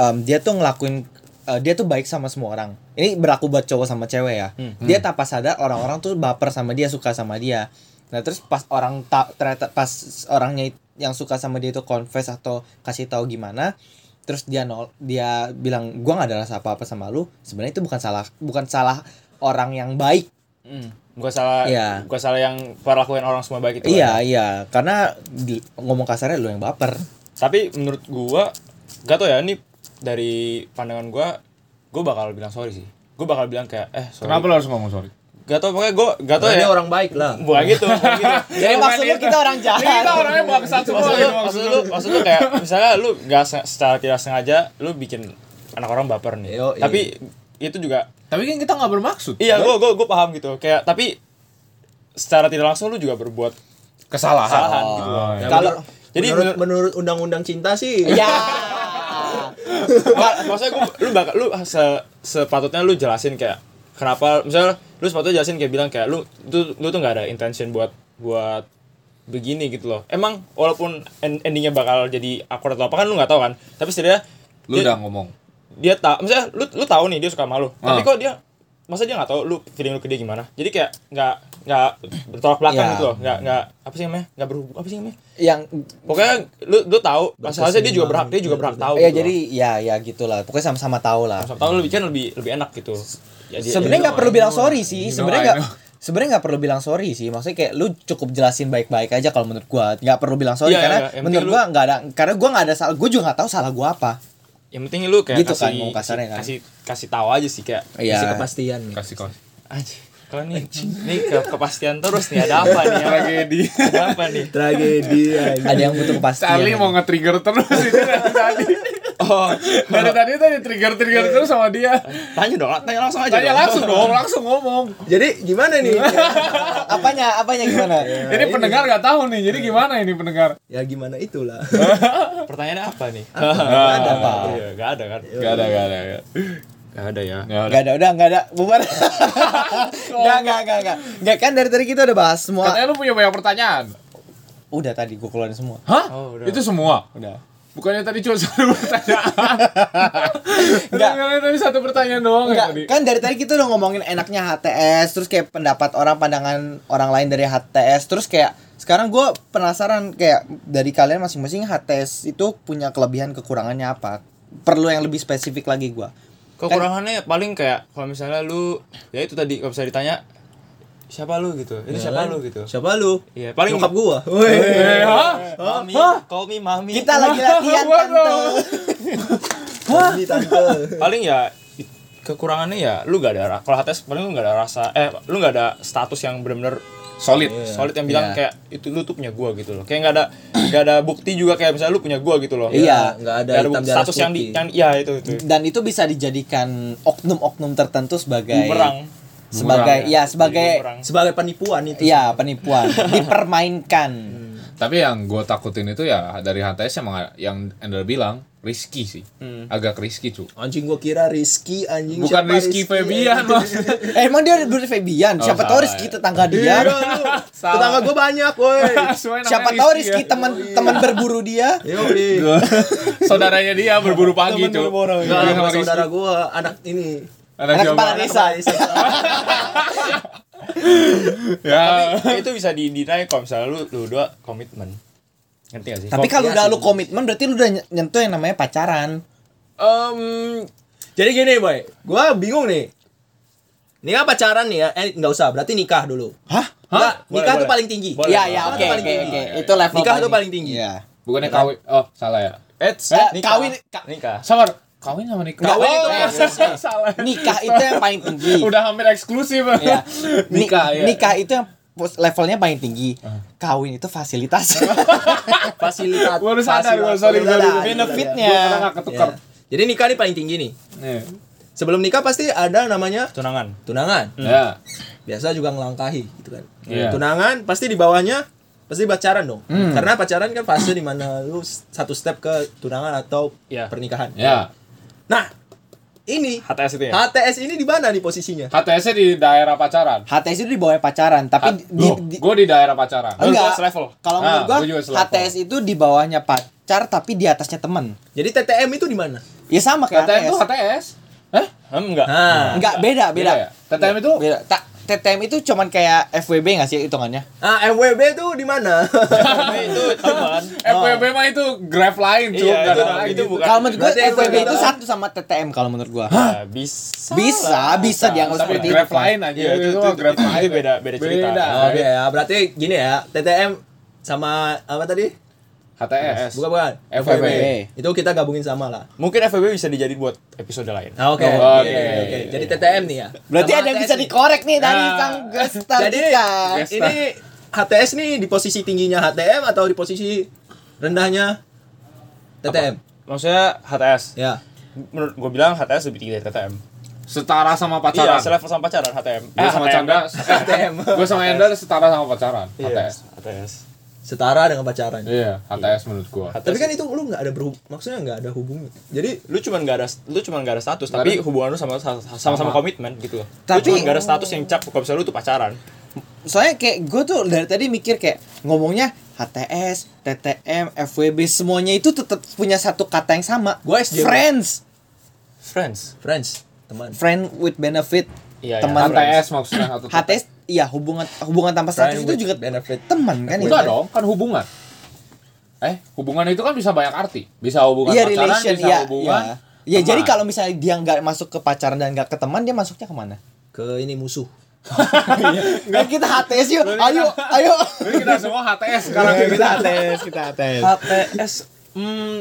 [SPEAKER 1] em, dia tuh ngelakuin eh, dia tuh baik sama semua orang. Ini berlaku buat cowok sama cewek ya. Dia tanpa sadar orang-orang tuh baper sama dia, suka sama dia. Nah, terus pas orang ta- ternyata pas orangnya yang suka sama dia itu confess atau kasih tahu gimana, terus dia nol dia bilang gua nggak ada rasa apa-apa sama lu. Sebenarnya itu bukan salah bukan salah orang yang baik.
[SPEAKER 5] Bukan Hmm, salah
[SPEAKER 1] Iya.
[SPEAKER 5] bukan salah yang perlakuan orang semua baik itu.
[SPEAKER 1] Iya,
[SPEAKER 5] kan.
[SPEAKER 1] iya. Karena di- ngomong kasarnya lu yang baper.
[SPEAKER 5] Tapi menurut gua gak tau ya ini dari pandangan gua gua bakal bilang sorry sih. Gua bakal bilang kayak eh sorry.
[SPEAKER 2] Kenapa lo harus ngomong sorry?
[SPEAKER 5] Gak tau pokoknya gua gak tau
[SPEAKER 3] Dia
[SPEAKER 5] ya.
[SPEAKER 3] orang baik lah.
[SPEAKER 5] Bukan gitu, bukan gitu.
[SPEAKER 1] Jadi maksud lu kita orang jahat.
[SPEAKER 2] Kita orangnya bangsat semua
[SPEAKER 5] maksud lu,
[SPEAKER 2] gitu
[SPEAKER 5] maksud lu, maksud lu kayak misalnya lu gak se- secara tidak sengaja lu bikin anak orang baper nih.
[SPEAKER 3] Yo, iya.
[SPEAKER 5] Tapi itu juga
[SPEAKER 2] Tapi kan kita nggak bermaksud.
[SPEAKER 5] iya gua gua gua paham gitu. Kayak tapi secara tidak langsung lu juga berbuat
[SPEAKER 2] Kesalahan.
[SPEAKER 5] kesalahan gitu. loh.
[SPEAKER 2] Oh, iya.
[SPEAKER 1] Kalau
[SPEAKER 5] Jadi
[SPEAKER 3] Jadi menurut, menurut undang-undang cinta sih
[SPEAKER 1] ya.
[SPEAKER 5] Mak- maksudnya gua, lu bakal lu se- sepatutnya lu jelasin kayak kenapa misalnya lu sepatutnya jelasin kayak bilang kayak lu tuh lu tuh nggak ada intention buat buat begini gitu loh emang walaupun en- endingnya bakal jadi akurat atau apa kan lu nggak tahu kan tapi setidaknya
[SPEAKER 2] Lu
[SPEAKER 5] dia,
[SPEAKER 2] udah ngomong.
[SPEAKER 5] dia tahu misalnya lu lu tahu nih dia suka sama lu tapi
[SPEAKER 2] Ah.
[SPEAKER 5] kok dia masa dia nggak tahu lu feeling lu ke dia gimana jadi kayak nggak nggak bertolak belakang
[SPEAKER 1] Iya.
[SPEAKER 5] gitu loh nggak nggak apa sih namanya nggak berhubung apa sih namanya
[SPEAKER 1] yang
[SPEAKER 5] pokoknya lu lu tahu masalahnya dia juga berhak dia juga berhak tahu
[SPEAKER 1] ya
[SPEAKER 5] gitu loh.
[SPEAKER 1] jadi ya ya gitulah. Pokoknya sama-sama tahu lah.
[SPEAKER 5] Sama tahu lebih kan lebih lebih enak gitu. Ya, dia-
[SPEAKER 1] sebenarnya nggak
[SPEAKER 5] dia-
[SPEAKER 1] perlu bilang sorry sih
[SPEAKER 2] Iya, know,
[SPEAKER 1] sebenarnya
[SPEAKER 2] I
[SPEAKER 1] nggak
[SPEAKER 2] know.
[SPEAKER 1] sebenarnya nggak perlu bilang sorry sih maksudnya kayak lu cukup jelasin baik-baik aja kalau menurut gua nggak perlu bilang sorry
[SPEAKER 5] Iya, iya,
[SPEAKER 1] karena
[SPEAKER 5] iya. Yang
[SPEAKER 1] menurut
[SPEAKER 5] penting
[SPEAKER 1] gua nggak ada karena gua nggak ada salah gua juga nggak tahu salah gua apa
[SPEAKER 5] yang penting lu kayak
[SPEAKER 1] Gitu kan,
[SPEAKER 5] kasih,
[SPEAKER 1] ngomong kasarnya kan.
[SPEAKER 5] kasih kasih tahu aja sih kayak
[SPEAKER 3] kasih
[SPEAKER 1] iya
[SPEAKER 3] kepastian.
[SPEAKER 2] Kasih kau.
[SPEAKER 5] anjir. Kalau nih nih ke- kepastian terus nih ada apa nih? Tragedi. Ada apa nih?
[SPEAKER 4] tragedi
[SPEAKER 1] ada yang butuh kepastian
[SPEAKER 2] Charlie mau nge-trigger terus itu dari tadi.
[SPEAKER 5] Oh,
[SPEAKER 2] Dari tadi tadi trigger-trigger terus sama dia.
[SPEAKER 5] tanya dong, tanya langsung aja.
[SPEAKER 2] Tanya
[SPEAKER 5] dong.
[SPEAKER 2] langsung dong, langsung ngomong.
[SPEAKER 4] jadi gimana nih
[SPEAKER 1] apanya apanya gimana
[SPEAKER 2] Ini pendengar nggak tahu nih, jadi gimana ini pendengar?
[SPEAKER 4] ya gimana itulah
[SPEAKER 5] Pertanyaannya apa nih?
[SPEAKER 2] Gak ada,
[SPEAKER 1] Pak.
[SPEAKER 5] Iya, Gak ada kan?
[SPEAKER 2] Gak ada, gak ada.
[SPEAKER 5] Gak ada ya.
[SPEAKER 2] Gak ada.
[SPEAKER 1] Gak ada, udah gak ada, bubar. Gak, gak, gak, gak. Gak kan dari tadi kita udah bahas semua.
[SPEAKER 2] Katanya lu punya banyak pertanyaan.
[SPEAKER 1] Udah tadi gua keluarin semua.
[SPEAKER 2] Hah?
[SPEAKER 5] Oh, udah.
[SPEAKER 2] Itu semua?
[SPEAKER 1] Udah.
[SPEAKER 2] Bukannya tadi cuma satu pertanyaan?
[SPEAKER 1] Enggak.
[SPEAKER 2] Enggak. tadi satu pertanyaan doang ya tadi.
[SPEAKER 1] Enggak, kan dari tadi kita udah ngomongin enaknya HTS, terus kayak pendapat orang, pandangan orang lain dari HTS, terus kayak sekarang gue penasaran kayak dari kalian masing-masing HTS itu punya kelebihan kekurangannya apa? Perlu yang lebih spesifik lagi gue.
[SPEAKER 5] Kekurangannya paling kayak kalau misalnya lu ya itu tadi kalau bisa ditanya siapa lu gitu. Itu siapa lu gitu.
[SPEAKER 3] Siapa lu?
[SPEAKER 5] Iya, paling
[SPEAKER 3] Nyokap gua.
[SPEAKER 2] Eh, hah?
[SPEAKER 5] Mami, call me mami.
[SPEAKER 1] Kita lagi latihan
[SPEAKER 2] Waduh.
[SPEAKER 1] tante.
[SPEAKER 4] Ini tante
[SPEAKER 5] paling ya i- kekurangannya ya lu gak ada ra- kalau HTS paling lu gak ada rasa eh lu gak ada status yang bener-bener
[SPEAKER 2] Solid.
[SPEAKER 5] solid yang
[SPEAKER 1] Iya.
[SPEAKER 5] bilang kayak itu lu tuh punya gua gitu loh kayak gak ada gak ada bukti juga kayak misalnya lu punya gua gitu loh
[SPEAKER 1] Iya,
[SPEAKER 3] nggak ada
[SPEAKER 5] Nggak
[SPEAKER 3] hitam
[SPEAKER 5] bukti-
[SPEAKER 3] di atas
[SPEAKER 5] status yang di
[SPEAKER 3] putih.
[SPEAKER 5] yang ya itu itu
[SPEAKER 1] Dan itu bisa dijadikan oknum-oknum tertentu sebagai
[SPEAKER 5] bumerang
[SPEAKER 1] sebagai ya
[SPEAKER 5] Jadi
[SPEAKER 1] sebagai
[SPEAKER 5] bumerang.
[SPEAKER 3] Sebagai penipuan itu.
[SPEAKER 1] ya penipuan dipermainkan.
[SPEAKER 2] Tapi yang gue takutin itu ya dari HTS emang yang Ender bilang risky sih, agak risky cu.
[SPEAKER 4] anjing gua kira Rizky anjing
[SPEAKER 2] Bukan
[SPEAKER 4] siapa
[SPEAKER 2] Rizky Iya. Febian maksudnya.
[SPEAKER 1] Eh, emang dia dulu Febian, siapa tahu
[SPEAKER 2] salah
[SPEAKER 1] Rizky tetangga dia.
[SPEAKER 4] Iya, lu. tetangga gua banyak woi
[SPEAKER 2] Semuanya
[SPEAKER 1] Siapa
[SPEAKER 2] namanya
[SPEAKER 1] tahu
[SPEAKER 2] Rizky ya.
[SPEAKER 1] Rizky kan? teman-teman berburu dia.
[SPEAKER 4] Yo, Wi.
[SPEAKER 2] Saudaranya dia berburu pagi cu.
[SPEAKER 4] Enggak lah, iya. sama
[SPEAKER 2] Sama Rizky.
[SPEAKER 4] saudara gua anak ini.
[SPEAKER 2] Ada
[SPEAKER 1] Anak
[SPEAKER 2] siapa?
[SPEAKER 1] kepala desa.
[SPEAKER 2] Ya.
[SPEAKER 5] Tapi itu bisa di deny kalau misalnya lu lu dua komitmen ngerti gak sih
[SPEAKER 1] Tapi kalau udah lu komitmen berarti lu udah ny- nyentuh yang namanya pacaran.
[SPEAKER 4] Em, jadi gini, boy. Gua bingung nih. Ini kan pacaran nih ya? Eh, nggak usah. Berarti nikah dulu.
[SPEAKER 1] Hah?
[SPEAKER 4] Enggak,
[SPEAKER 5] Boleh,
[SPEAKER 4] nikah tuh
[SPEAKER 5] boleh.
[SPEAKER 4] paling tinggi.
[SPEAKER 5] Boleh,
[SPEAKER 1] Iya,
[SPEAKER 5] boleh.
[SPEAKER 1] iya,
[SPEAKER 5] Itu
[SPEAKER 1] oke,
[SPEAKER 4] paling
[SPEAKER 1] oke,
[SPEAKER 4] tinggi.
[SPEAKER 1] oke. Itu level
[SPEAKER 4] Nikah tuh paling tinggi.
[SPEAKER 1] Iya.
[SPEAKER 2] Bukannya kawin? Oh salah ya.
[SPEAKER 5] eh
[SPEAKER 1] Eh,
[SPEAKER 5] nikah.
[SPEAKER 1] kawin- ka-
[SPEAKER 5] nikah
[SPEAKER 2] Sabar. Kawin sama nikah.
[SPEAKER 1] Kawin itu
[SPEAKER 2] Oh,
[SPEAKER 1] proses.
[SPEAKER 2] salah.
[SPEAKER 1] Nikah itu yang paling tinggi.
[SPEAKER 2] Udah hampir eksklusif.
[SPEAKER 1] Iya. Ni-
[SPEAKER 2] Nikah ya.
[SPEAKER 1] Nikah itu yang pos- levelnya paling tinggi. Kawin itu fasilitas.
[SPEAKER 4] Iya. Fasilitas.
[SPEAKER 2] Gua harus sadar, gua, sorry, sorry.
[SPEAKER 4] fasilitas- Iya. fasilitas.
[SPEAKER 2] Gue karena
[SPEAKER 1] Benefitnya.
[SPEAKER 2] nggak ketukar.
[SPEAKER 3] Jadi nikah ini paling tinggi nih.
[SPEAKER 2] Nih.
[SPEAKER 3] Sebelum nikah pasti ada namanya
[SPEAKER 5] tunangan
[SPEAKER 3] tunangan.
[SPEAKER 4] Hmm.
[SPEAKER 2] Ya.
[SPEAKER 3] Biasa juga ngelangkahi gitu kan.
[SPEAKER 2] Iya.
[SPEAKER 3] Tunangan pasti di bawahnya pasti pacaran dong.
[SPEAKER 5] Hmm.
[SPEAKER 3] Karena pacaran kan fase di mana lu satu step ke tunangan atau
[SPEAKER 5] Iya.
[SPEAKER 3] pernikahan.
[SPEAKER 2] Ya.
[SPEAKER 3] Nah, ini
[SPEAKER 5] HTS itu ya
[SPEAKER 3] HTS ini di mana nih posisinya?
[SPEAKER 2] HTS-nya di daerah pacaran.
[SPEAKER 1] HTS itu di bawah pacaran,
[SPEAKER 2] Ah,
[SPEAKER 1] tapi di, di-
[SPEAKER 2] Gue di daerah pacaran.
[SPEAKER 5] Lu
[SPEAKER 1] enggak.
[SPEAKER 5] juga selevel.
[SPEAKER 1] Kalau
[SPEAKER 2] Ah,
[SPEAKER 1] menurut gua,
[SPEAKER 2] gua juga selevel.
[SPEAKER 1] HTS itu di bawahnya pacar tapi di atasnya temen
[SPEAKER 3] Jadi TTM itu di mana?
[SPEAKER 1] Ya sama kayak
[SPEAKER 2] HTS
[SPEAKER 1] HTS.
[SPEAKER 2] tuh HTS. Hah?
[SPEAKER 5] Hmm, enggak.
[SPEAKER 6] Ah,
[SPEAKER 3] Nah,
[SPEAKER 1] Enggak, beda, beda.
[SPEAKER 2] ya? TTM itu
[SPEAKER 1] Beda. Ta- TTM itu cuman kayak FWB nggak sih hitungannya?
[SPEAKER 4] Ah, FWB tuh di mana?
[SPEAKER 5] Tapi itu cuman
[SPEAKER 2] FWB mah itu graph lain cuy.
[SPEAKER 5] Iya,
[SPEAKER 2] Nggak
[SPEAKER 5] itu,
[SPEAKER 2] ada lagi.
[SPEAKER 5] itu bukan.
[SPEAKER 1] Kalau menurut gue
[SPEAKER 4] Berarti
[SPEAKER 1] FWB
[SPEAKER 4] FWB
[SPEAKER 1] itu
[SPEAKER 4] itu-
[SPEAKER 1] satu sama TTM kalau menurut gua.
[SPEAKER 5] Nah, bisa.
[SPEAKER 1] Bisa, bisa dianggap
[SPEAKER 2] Tapi
[SPEAKER 1] seperti
[SPEAKER 2] graph
[SPEAKER 1] itu.
[SPEAKER 2] lain aja.
[SPEAKER 5] Iya, itu, itu,
[SPEAKER 2] mah
[SPEAKER 5] itu, itu beda beda cerita.
[SPEAKER 2] Beda.
[SPEAKER 4] Oh, Oke ya, berarti gini ya, TTM sama apa tadi?
[SPEAKER 2] HTS.
[SPEAKER 4] Bukan bukan.
[SPEAKER 2] FWB.
[SPEAKER 4] Itu kita gabungin sama lah.
[SPEAKER 5] Mungkin FWB bisa dijadiin buat episode lain.
[SPEAKER 3] Nah,
[SPEAKER 4] Ah, Oke.
[SPEAKER 2] Oh,
[SPEAKER 4] Oke,
[SPEAKER 2] oke.
[SPEAKER 4] oke. Jadi TTM nih ya.
[SPEAKER 1] Berarti
[SPEAKER 4] Sama
[SPEAKER 1] ada yang
[SPEAKER 4] HTS
[SPEAKER 1] bisa
[SPEAKER 4] nih.
[SPEAKER 1] dikorek nih dari
[SPEAKER 2] Nah.
[SPEAKER 1] Kang Gustaf
[SPEAKER 4] Jadi
[SPEAKER 1] Dika.
[SPEAKER 4] ini HTS nih di posisi tingginya HTM atau di posisi rendahnya TTM?
[SPEAKER 5] Maksudnya HTS.
[SPEAKER 4] Ya.
[SPEAKER 5] Menurut gue bilang HTS lebih tinggi dari TTM.
[SPEAKER 2] Setara sama
[SPEAKER 5] Iya,
[SPEAKER 2] pacaran.
[SPEAKER 5] selevel sama pacaran HTM.
[SPEAKER 2] Gue sama
[SPEAKER 5] HTM.
[SPEAKER 2] Chandra,
[SPEAKER 4] HTM.
[SPEAKER 2] gue sama Ender setara sama pacaran.
[SPEAKER 5] Iya,
[SPEAKER 2] HTS.
[SPEAKER 5] HTS.
[SPEAKER 4] Setara dengan pacaran.
[SPEAKER 2] Iya, HTS menurut gue.
[SPEAKER 4] Tapi kan itu lu nggak ada berhub maksudnya nggak ada hubungan. Jadi
[SPEAKER 5] lu cuman gak ada lu cuman gak ada status
[SPEAKER 2] Nggak
[SPEAKER 5] tapi
[SPEAKER 2] ada.
[SPEAKER 5] hubungan lu sama sama sama komitmen gitu loh
[SPEAKER 1] Tapi-
[SPEAKER 5] lu cuman gak ada status yang cap kalau misalnya lu tuh pacaran
[SPEAKER 1] Soalnya kayak gue tuh dari tadi mikir kayak ngomongnya HTS, TTM, FWB semuanya itu tetap punya satu kata yang sama.
[SPEAKER 4] Gua SJW.
[SPEAKER 1] friends,
[SPEAKER 5] friends
[SPEAKER 4] friends teman.
[SPEAKER 1] friend with benefit.
[SPEAKER 5] Iya, iya.
[SPEAKER 1] teman
[SPEAKER 2] HTS maksudnya atau
[SPEAKER 1] HTS iya hubungan hubungan tanpa
[SPEAKER 4] Friend
[SPEAKER 1] status itu
[SPEAKER 4] with
[SPEAKER 1] juga
[SPEAKER 4] benefit.
[SPEAKER 1] teman kan
[SPEAKER 2] Enggak dong, kan hubungan. Eh, hubungan itu kan bisa banyak arti. Bisa hubungan
[SPEAKER 1] Iya
[SPEAKER 2] pacaran,
[SPEAKER 1] relation
[SPEAKER 2] bisa
[SPEAKER 1] iya
[SPEAKER 2] hubungan.
[SPEAKER 1] iya. Ya
[SPEAKER 2] teman.
[SPEAKER 1] jadi kalau misalnya dia nggak masuk ke pacaran dan nggak ke teman dia masuknya kemana?
[SPEAKER 4] Ke ini musuh.
[SPEAKER 1] Nah, kita HTS yuk, ayo ayo.
[SPEAKER 2] Jadi kita semua HTS sekarang
[SPEAKER 1] kita HTS kita HTS.
[SPEAKER 5] HTS hmm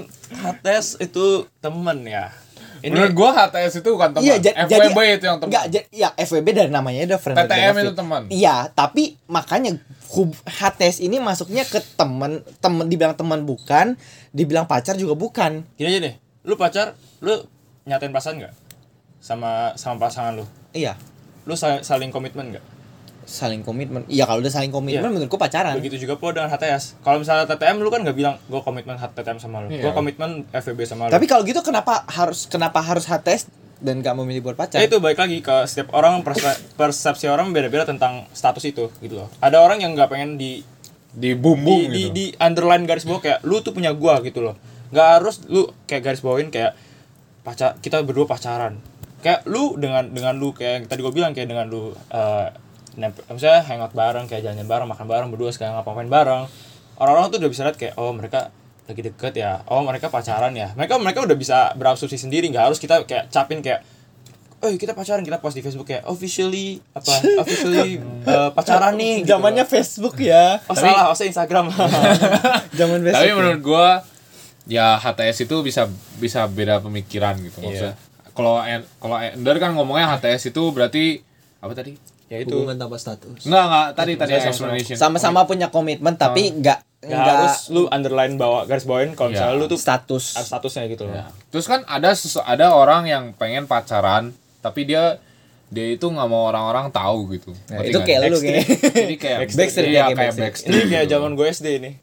[SPEAKER 5] HTS itu temen ya ini
[SPEAKER 2] Menurut gua HTS itu bukan teman.
[SPEAKER 1] Iya, ja- jadi
[SPEAKER 2] FWB itu yang teman.
[SPEAKER 1] Enggak, ja- iya FWB dari namanya udah friend with
[SPEAKER 2] TTM
[SPEAKER 1] benefit.
[SPEAKER 2] itu teman.
[SPEAKER 1] Iya, tapi makanya hub- HTS ini masuknya ke teman, teman dibilang teman bukan, dibilang pacar juga bukan.
[SPEAKER 5] gini aja deh lu pacar lu nyatain perasaan gak sama sama pasangan lu
[SPEAKER 1] Iya,
[SPEAKER 5] lu sa- saling komitmen gak
[SPEAKER 1] saling komitmen. Iya, kalau udah saling komitmen
[SPEAKER 5] Iya.
[SPEAKER 1] menurutku pacaran.
[SPEAKER 5] begitu juga pula dengan HTS kalau misalnya TTM lu kan gak bilang gue komitmen TTM sama lu
[SPEAKER 2] Iya.
[SPEAKER 5] gue komitmen FVB sama lu
[SPEAKER 1] Tapi kalau gitu kenapa harus kenapa harus HTS dan gak memilih buat pacar?
[SPEAKER 5] Ya itu baik lagi ke setiap orang perspe- persepsi orang beda-beda tentang status itu gitu loh. Ada orang yang nggak pengen di
[SPEAKER 2] Di
[SPEAKER 5] di,
[SPEAKER 2] bumbung
[SPEAKER 5] di,
[SPEAKER 2] gitu.
[SPEAKER 5] di underline garis bawah kayak lu tuh punya gua gitu loh. Nggak harus lu kayak garis bawahin kayak pacar kita berdua pacaran. Kayak lu dengan dengan lu kayak yang tadi gua bilang kayak dengan lu eh nemp- misalnya hangout bareng kayak jalan bareng makan bareng berdua sekarang ngapa-ngapain bareng. Orang-orang tuh udah bisa lihat kayak oh mereka lagi deket ya oh mereka pacaran ya mereka mereka udah bisa berasumsi sendiri nggak harus kita kayak capin kayak Eh kita pacaran kita post di Facebook ya officially apa officially eh, pacaran nih gitu
[SPEAKER 1] Zamannya
[SPEAKER 5] loh.
[SPEAKER 1] Facebook ya.
[SPEAKER 5] oh salah oh saya Instagram
[SPEAKER 1] Zaman Facebook.
[SPEAKER 2] Tapi menurut gua ya HTS itu bisa bisa beda pemikiran
[SPEAKER 1] Iya.
[SPEAKER 2] gitu maksudnya. Kalau En- kalau Ender kan ngomongnya HTS itu berarti apa tadi?
[SPEAKER 5] ya itu
[SPEAKER 4] Hubungan tanpa status.
[SPEAKER 2] Enggak, enggak, tadi tadi explanation.
[SPEAKER 1] sama-sama punya komitmen tapi nggak nggak
[SPEAKER 5] nggak Ya harus lu underline bawa garis bawain kalau
[SPEAKER 2] Iya.
[SPEAKER 5] misalnya lu tuh
[SPEAKER 1] status.
[SPEAKER 5] ada statusnya gitu loh
[SPEAKER 2] Ya. Terus kan ada sesu- ada orang yang pengen pacaran tapi dia dia itu nggak mau orang-orang tahu gitu.
[SPEAKER 1] Nah,
[SPEAKER 2] Ngerti
[SPEAKER 1] itu
[SPEAKER 2] nggak?
[SPEAKER 1] kayak lu
[SPEAKER 5] Backstreet.
[SPEAKER 1] kayak.
[SPEAKER 2] jadi kayak
[SPEAKER 1] Backstreet,
[SPEAKER 2] iya,
[SPEAKER 1] ya, kayak
[SPEAKER 2] kayak
[SPEAKER 5] ini
[SPEAKER 2] backstreet.
[SPEAKER 5] kayak
[SPEAKER 2] gitu.
[SPEAKER 5] zaman gue SD nih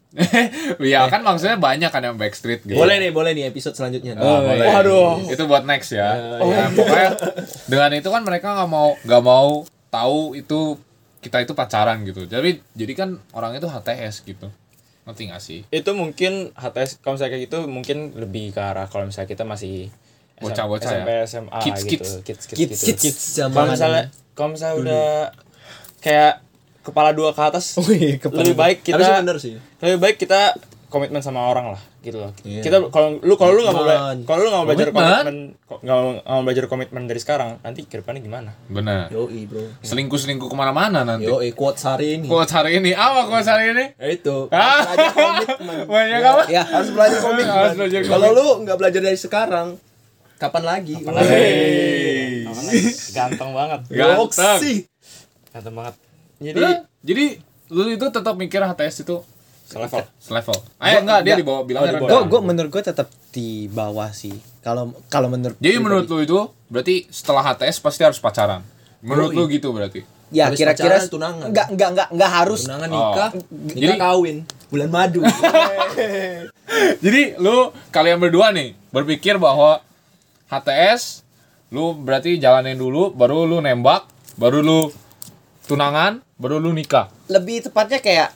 [SPEAKER 2] Iya kan maksudnya banyak kan yang backstreet gitu.
[SPEAKER 4] Boleh nih, boleh nih episode selanjutnya.
[SPEAKER 2] Ah,
[SPEAKER 5] Oh,
[SPEAKER 2] boleh. Itu buat next ya.
[SPEAKER 5] iya.
[SPEAKER 2] Ya, pokoknya dengan itu kan mereka nggak mau nggak mau tahu itu kita itu pacaran gitu. Jadi jadi kan orang itu HTS gitu. Ngerti nggak sih?
[SPEAKER 5] itu mungkin HTS kalau misalnya kayak gitu mungkin lebih ke arah kalau misalnya kita masih SM
[SPEAKER 2] Bocah-bocah ya?
[SPEAKER 5] SMP SMA
[SPEAKER 2] Kids,
[SPEAKER 5] gitu
[SPEAKER 2] kids.
[SPEAKER 5] kids kids,
[SPEAKER 1] Kids,
[SPEAKER 5] gitu.
[SPEAKER 1] kids.
[SPEAKER 4] Zaman Hmm.
[SPEAKER 5] kalau misalnya kalau misalnya udah kayak kepala dua ke atas
[SPEAKER 1] Wih, kepala
[SPEAKER 5] lebih
[SPEAKER 1] dua.
[SPEAKER 5] baik kita
[SPEAKER 4] Tapi sih Oh, iya, bener sih.
[SPEAKER 5] lebih baik kita komitmen sama orang lah gitu loh kita kalau lu kalau lu nggak mau bela-
[SPEAKER 4] Iya. Komitmen.
[SPEAKER 5] kalau lu nggak mau belajar
[SPEAKER 2] Komitmen.
[SPEAKER 5] komitmen ko- nggak mau, nggak mau belajar komitmen dari sekarang nanti ke depannya gimana
[SPEAKER 2] Benar.
[SPEAKER 4] Yoi bro.
[SPEAKER 2] Selingkuh-selingkuh kemana-mana nanti.
[SPEAKER 4] Yoi quotes hari ini.
[SPEAKER 2] Quotes hari ini apa quotes hari ini?
[SPEAKER 4] Ya itu.
[SPEAKER 2] Ah.
[SPEAKER 4] Harus belajar komitmen.
[SPEAKER 2] Banyak apa?
[SPEAKER 1] Ya,
[SPEAKER 4] Harus belajar komitmen.
[SPEAKER 2] Harus belajar komitmen.
[SPEAKER 4] Kalau lu nggak belajar dari sekarang, kapan lagi?
[SPEAKER 5] Hei. ganteng banget
[SPEAKER 2] Ganteng.
[SPEAKER 4] Yoksi.
[SPEAKER 5] ganteng banget
[SPEAKER 2] Jadi jadi lu itu tetap mikir HTS itu
[SPEAKER 5] selevel
[SPEAKER 2] selevel. Ayo enggak dia
[SPEAKER 1] enggak.
[SPEAKER 2] dibawa bilangnya
[SPEAKER 5] Oh, di
[SPEAKER 1] gue
[SPEAKER 2] rendah.
[SPEAKER 1] gue menurut gue tetap di bawah sih kalau kalau menurut
[SPEAKER 2] Jadi menurut lu itu berarti setelah HTS pasti harus pacaran. Menurut lu gitu berarti.
[SPEAKER 1] ya
[SPEAKER 4] Habis
[SPEAKER 1] kira-kira
[SPEAKER 4] pacaran, tunangan.
[SPEAKER 1] nggak nggak nggak nggak harus
[SPEAKER 4] Tunangan
[SPEAKER 2] Oh.
[SPEAKER 4] nikah, nikah
[SPEAKER 2] Jadi-
[SPEAKER 4] kawin, bulan madu.
[SPEAKER 2] Jadi lu kalian berdua nih berpikir bahwa HTS lu berarti jalanin dulu baru lu nembak, baru lu tunangan, baru lu nikah.
[SPEAKER 1] lebih tepatnya kayak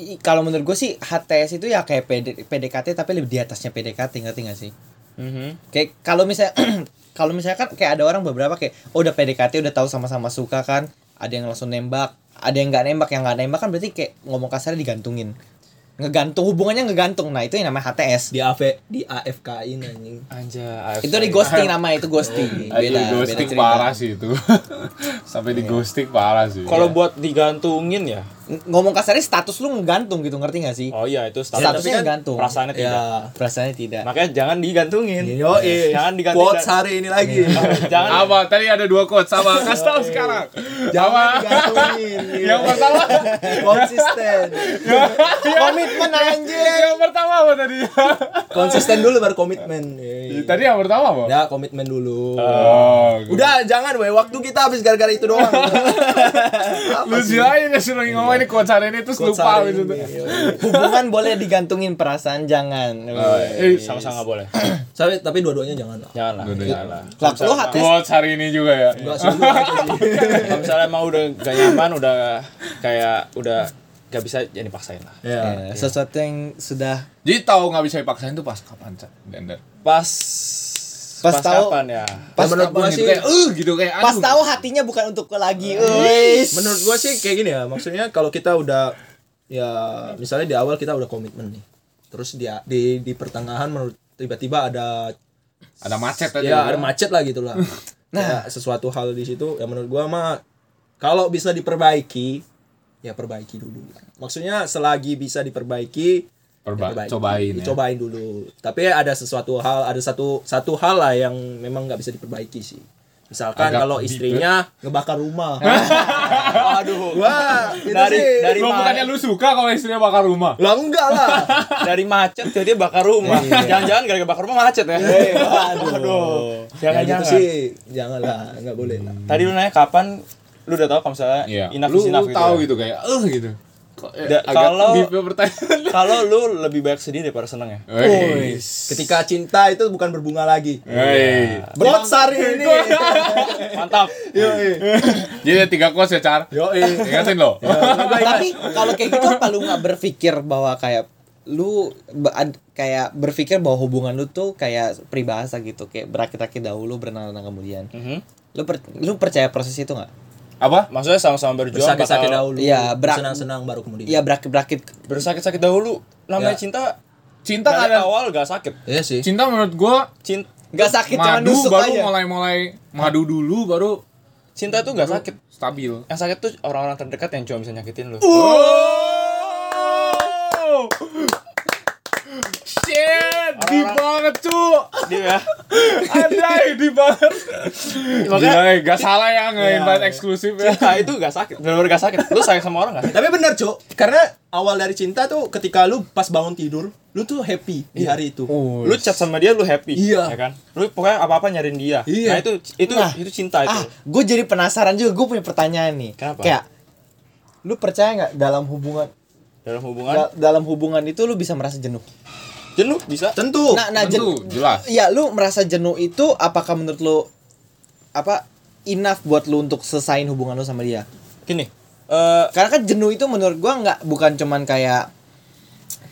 [SPEAKER 1] i- kalau menurut gue sih HTS itu ya kayak PD PDKT tapi lebih di atasnya PDKT ngerti gak sih
[SPEAKER 5] Mhm.
[SPEAKER 1] kayak kalau misalnya kalau misalnya kan kayak ada orang beberapa kayak oh udah PDKT udah tahu sama-sama suka kan ada yang langsung nembak ada yang nggak nembak yang nggak nembak kan berarti kayak ngomong kasarnya digantungin ngegantung hubungannya ngegantung nah itu yang namanya HTS
[SPEAKER 4] di AV di AFK in anjing
[SPEAKER 5] Anja,
[SPEAKER 1] itu di ghosting namanya itu ghosting
[SPEAKER 2] Iya. Aduh,
[SPEAKER 1] beda beda
[SPEAKER 2] ghosting
[SPEAKER 1] cerita
[SPEAKER 2] parah sih itu. Sampai
[SPEAKER 4] Iya.
[SPEAKER 2] di ghosting parah sih.
[SPEAKER 5] Kalau buat digantungin ya.
[SPEAKER 1] Ng- ngomong kasarnya status lu ngegantung gitu ngerti gak sih
[SPEAKER 5] Oh iya itu status
[SPEAKER 1] statusnya ngegantung
[SPEAKER 5] perasaannya tidak.
[SPEAKER 4] ya
[SPEAKER 1] perasaannya tidak
[SPEAKER 2] Nah.
[SPEAKER 5] Makanya jangan digantungin.
[SPEAKER 4] yo
[SPEAKER 2] iya,
[SPEAKER 4] eh
[SPEAKER 5] Jangan digantungin.
[SPEAKER 4] quotes hari ini lagi
[SPEAKER 5] jangan
[SPEAKER 2] apa tadi ada dua quotes sama kasih tahu sekarang
[SPEAKER 4] jangan
[SPEAKER 2] Apa?
[SPEAKER 4] digantungin gitu.
[SPEAKER 2] yang pertama
[SPEAKER 4] konsisten
[SPEAKER 1] komitmen anjir
[SPEAKER 2] yang pertama apa tadi
[SPEAKER 4] Iya. konsisten dulu baru komitmen Iya.
[SPEAKER 2] tadi yang pertama apa
[SPEAKER 4] udah komitmen dulu
[SPEAKER 2] oh
[SPEAKER 4] udah jangan weh waktu kita habis gara-gara itu doang
[SPEAKER 2] lu silain ya suruh ngomong ini quotes hari ini terus
[SPEAKER 4] Quotes
[SPEAKER 2] lupa
[SPEAKER 4] hari
[SPEAKER 2] gitu
[SPEAKER 4] ini, iya, yo.
[SPEAKER 1] hubungan boleh digantungin perasaan jangan
[SPEAKER 2] Eh,
[SPEAKER 4] iya.
[SPEAKER 5] sama-sama nggak boleh.
[SPEAKER 4] tapi tapi dua-duanya jangan lah
[SPEAKER 5] Jangan lah.
[SPEAKER 2] Udah, jangan lah.
[SPEAKER 1] Klak lu HTS
[SPEAKER 2] quotes hari ini juga ya
[SPEAKER 4] Enggak sih, lu aja sih.
[SPEAKER 5] Kalau misalnya emang udah gak nyaman, udah kayak udah gak bisa jadi paksain lah.
[SPEAKER 4] Ya.
[SPEAKER 1] Eh, sesuatu yang sudah
[SPEAKER 2] jadi tahu nggak bisa dipaksain tuh pas kapan cak Dender
[SPEAKER 5] Pas
[SPEAKER 1] Pas tahu-
[SPEAKER 5] kapan ya?
[SPEAKER 1] pas
[SPEAKER 4] menurut
[SPEAKER 1] tahu-
[SPEAKER 4] gua
[SPEAKER 2] Gitu
[SPEAKER 4] sih
[SPEAKER 2] kayak eh gitu kayak
[SPEAKER 1] pas
[SPEAKER 2] aduh. Iya.
[SPEAKER 1] tahu hatinya bukan untuk lu lagi Uish.
[SPEAKER 4] menurut gua sih kayak gini ya maksudnya kalau kita udah ya misalnya di awal kita udah komitmen nih terus dia di di pertengahan menurut tiba-tiba ada
[SPEAKER 2] ada macet aja
[SPEAKER 4] ya ada macet lah gitu lah nah sesuatu hal di situ ya menurut gua mah kalau bisa diperbaiki ya perbaiki dulu maksudnya selagi bisa diperbaiki
[SPEAKER 2] Perba-
[SPEAKER 4] diperbaiki.
[SPEAKER 2] cobain ya.
[SPEAKER 4] dicobain dulu tapi ada sesuatu hal ada satu satu hal lah yang memang nggak bisa diperbaiki sih misalkan
[SPEAKER 2] Agak
[SPEAKER 4] kalau
[SPEAKER 2] deep,
[SPEAKER 4] istrinya ngebakar rumah
[SPEAKER 5] Aduh.
[SPEAKER 4] wah itu
[SPEAKER 5] Dari
[SPEAKER 4] sih.
[SPEAKER 5] dari
[SPEAKER 2] Lu
[SPEAKER 5] ma-
[SPEAKER 2] bukannya lu suka kalau istrinya bakar rumah
[SPEAKER 4] lah enggak lah
[SPEAKER 5] dari macet jadi bakar rumah. Jangan-jangan gara-gara bakar rumah macet ya.
[SPEAKER 4] aduh,
[SPEAKER 5] Jangan
[SPEAKER 4] jangan
[SPEAKER 5] jangan.
[SPEAKER 4] gitu sih jangan lah nggak boleh lah
[SPEAKER 5] Tadi lu nanya kapan lu udah tahu kalau misalnya
[SPEAKER 2] Iya.
[SPEAKER 5] enough
[SPEAKER 2] Lu
[SPEAKER 5] is enough
[SPEAKER 2] tahu
[SPEAKER 5] ya?
[SPEAKER 2] gitu kayak eh gitu. Kok eh,
[SPEAKER 5] Da-
[SPEAKER 2] agak
[SPEAKER 5] kalau-
[SPEAKER 2] deep ya pertanyaan.
[SPEAKER 5] Kalau lu lebih banyak sedih daripada seneng ya.
[SPEAKER 2] Woi.
[SPEAKER 4] ketika cinta itu bukan berbunga lagi
[SPEAKER 2] Eh. Woi.
[SPEAKER 4] Quotes hari ini.
[SPEAKER 5] Mantap.
[SPEAKER 2] Jadi ada tiga quotes ya, Char.
[SPEAKER 4] Yo, eh.
[SPEAKER 2] Ingatin lo.
[SPEAKER 1] Ya. tapi kalau kayak gitu apa lu nggak berpikir bahwa kayak lu ba- ad- kayak berpikir bahwa hubungan lu tuh kayak peribahasa gitu kayak berakit-akit dahulu berenang-renang kemudian
[SPEAKER 2] Mm-hmm.
[SPEAKER 5] Mhm.
[SPEAKER 1] lu per- lu percaya proses itu nggak
[SPEAKER 2] Apa?
[SPEAKER 5] Maksudnya sama-sama berjuang
[SPEAKER 4] sakit-sakit
[SPEAKER 5] bakal-
[SPEAKER 4] dahulu
[SPEAKER 1] Iya, berak-
[SPEAKER 4] senang-senang baru kemudian
[SPEAKER 1] Iya berakit-berakit
[SPEAKER 5] bersakit-sakit dahulu namanya
[SPEAKER 4] Ya.
[SPEAKER 5] cinta
[SPEAKER 2] Cinta
[SPEAKER 5] dari
[SPEAKER 2] nggak ada
[SPEAKER 5] awal gak sakit
[SPEAKER 4] Iya sih
[SPEAKER 2] cinta menurut gua
[SPEAKER 5] cinta
[SPEAKER 1] nggak sakit cuman
[SPEAKER 2] madu
[SPEAKER 1] nusuk
[SPEAKER 2] baru
[SPEAKER 1] aja
[SPEAKER 2] mulai-mulai madu dulu baru
[SPEAKER 5] cinta itu gak sakit
[SPEAKER 2] stabil.
[SPEAKER 5] yang sakit tuh orang-orang terdekat yang cuma bisa nyakitin lu
[SPEAKER 2] Uh. Oh. Shit, di banget cu
[SPEAKER 5] dia ya
[SPEAKER 2] Anjay, di banget Gila, gak salah ya nge-invite eksklusif ya
[SPEAKER 5] cinta Nah, itu gak sakit benar-benar gak sakit lu sayang sama orang gak sih
[SPEAKER 4] tapi benar cok karena awal dari cinta tuh ketika lu pas bangun tidur lu tuh happy di hari itu
[SPEAKER 5] lu chat sama dia lu happy
[SPEAKER 4] Iya.
[SPEAKER 5] ya kan lu pokoknya apa-apa nyariin dia nah
[SPEAKER 4] Iya.
[SPEAKER 5] itu itu
[SPEAKER 1] Nah.
[SPEAKER 5] itu cinta itu
[SPEAKER 1] ah gue jadi penasaran juga gue punya pertanyaan nih
[SPEAKER 5] Kenapa?
[SPEAKER 1] kayak lu percaya nggak dalam hubungan
[SPEAKER 5] dalam hubungan
[SPEAKER 1] da- dalam hubungan itu lu bisa merasa jenuh
[SPEAKER 5] jenuh bisa
[SPEAKER 4] tentu
[SPEAKER 1] nah nah jenuh
[SPEAKER 2] Oh, Tentu, jelas
[SPEAKER 1] Iya, lu merasa jenuh itu apakah menurut lu apa enough buat lu untuk selesain hubungan lu sama dia?
[SPEAKER 5] gini eh
[SPEAKER 1] Karena kan jenuh itu menurut gua nggak bukan cuman kayak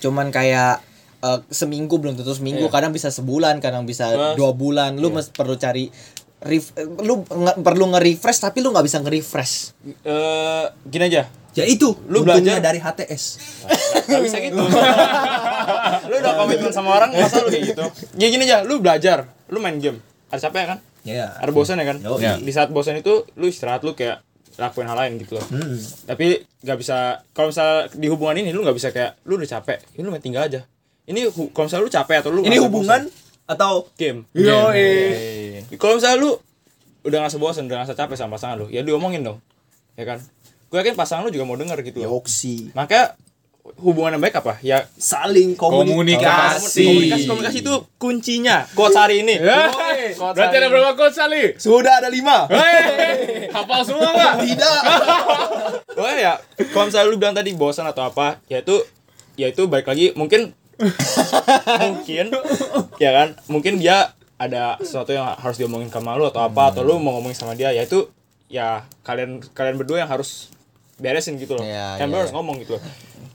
[SPEAKER 1] cuman kayak eh, seminggu belum tentu seminggu, kadang bisa sebulan, kadang bisa
[SPEAKER 5] Mas.
[SPEAKER 1] dua bulan. Lu mes- perlu cari ref- eh, lu nge- perlu nge-refresh tapi lu nggak bisa nge-refresh.
[SPEAKER 5] eh, gini aja
[SPEAKER 4] ya itu
[SPEAKER 5] Lu
[SPEAKER 4] lu
[SPEAKER 5] belajar-
[SPEAKER 4] belajar dari HTS
[SPEAKER 5] Gak bisa gitu. lu udah komitmen sama orang, masa lu kayak gitu? Ya gini aja, lu belajar, lu main game. Ada capek ya kan?
[SPEAKER 4] Iya.
[SPEAKER 5] Ada bosan ya kan?
[SPEAKER 4] Yoi.
[SPEAKER 2] Iya.
[SPEAKER 5] Di saat bosan itu lu istirahat lu kayak lakuin hal lain gitu loh.
[SPEAKER 4] Hmm.
[SPEAKER 5] Tapi nggak bisa kalau misal di hubungan ini lu nggak bisa kayak lu udah capek, ini lu main tinggal aja. Ini hu- kalau misal lu capek atau lu
[SPEAKER 4] ini
[SPEAKER 5] ngerasa
[SPEAKER 4] hubungan Iya. atau
[SPEAKER 5] bosan, game. Iya.
[SPEAKER 2] Yo,
[SPEAKER 5] Kalau misal lu udah ngerasa bosan, udah ngerasa capek sama pasangan lu, ya diomongin dong. Ya kan? Gue yakin pasangan lu juga mau denger gitu loh.
[SPEAKER 4] yoksi
[SPEAKER 5] Maka hubungan yang baik apa? Ya
[SPEAKER 4] saling
[SPEAKER 2] Komunikasi.
[SPEAKER 4] komunikasi,
[SPEAKER 5] Komunikasi komunikasi itu kuncinya. Quotes hari ini.
[SPEAKER 2] Eh, Berarti ada berapa quotes, Ali?
[SPEAKER 4] sudah ada lima
[SPEAKER 2] Hei, hafal semua nggak?
[SPEAKER 4] tidak
[SPEAKER 5] Oh ya, kalau misalnya lu bilang tadi bosan atau apa, ya itu ya itu balik lagi mungkin mungkin ya kan? Mungkin dia ada sesuatu yang harus diomongin sama lu atau apa atau lu mau ngomongin sama dia, ya itu ya kalian kalian berdua yang harus beresin gitu loh.
[SPEAKER 1] Iya,
[SPEAKER 5] kalian
[SPEAKER 1] iya,
[SPEAKER 5] berdua harus ngomong gitu loh.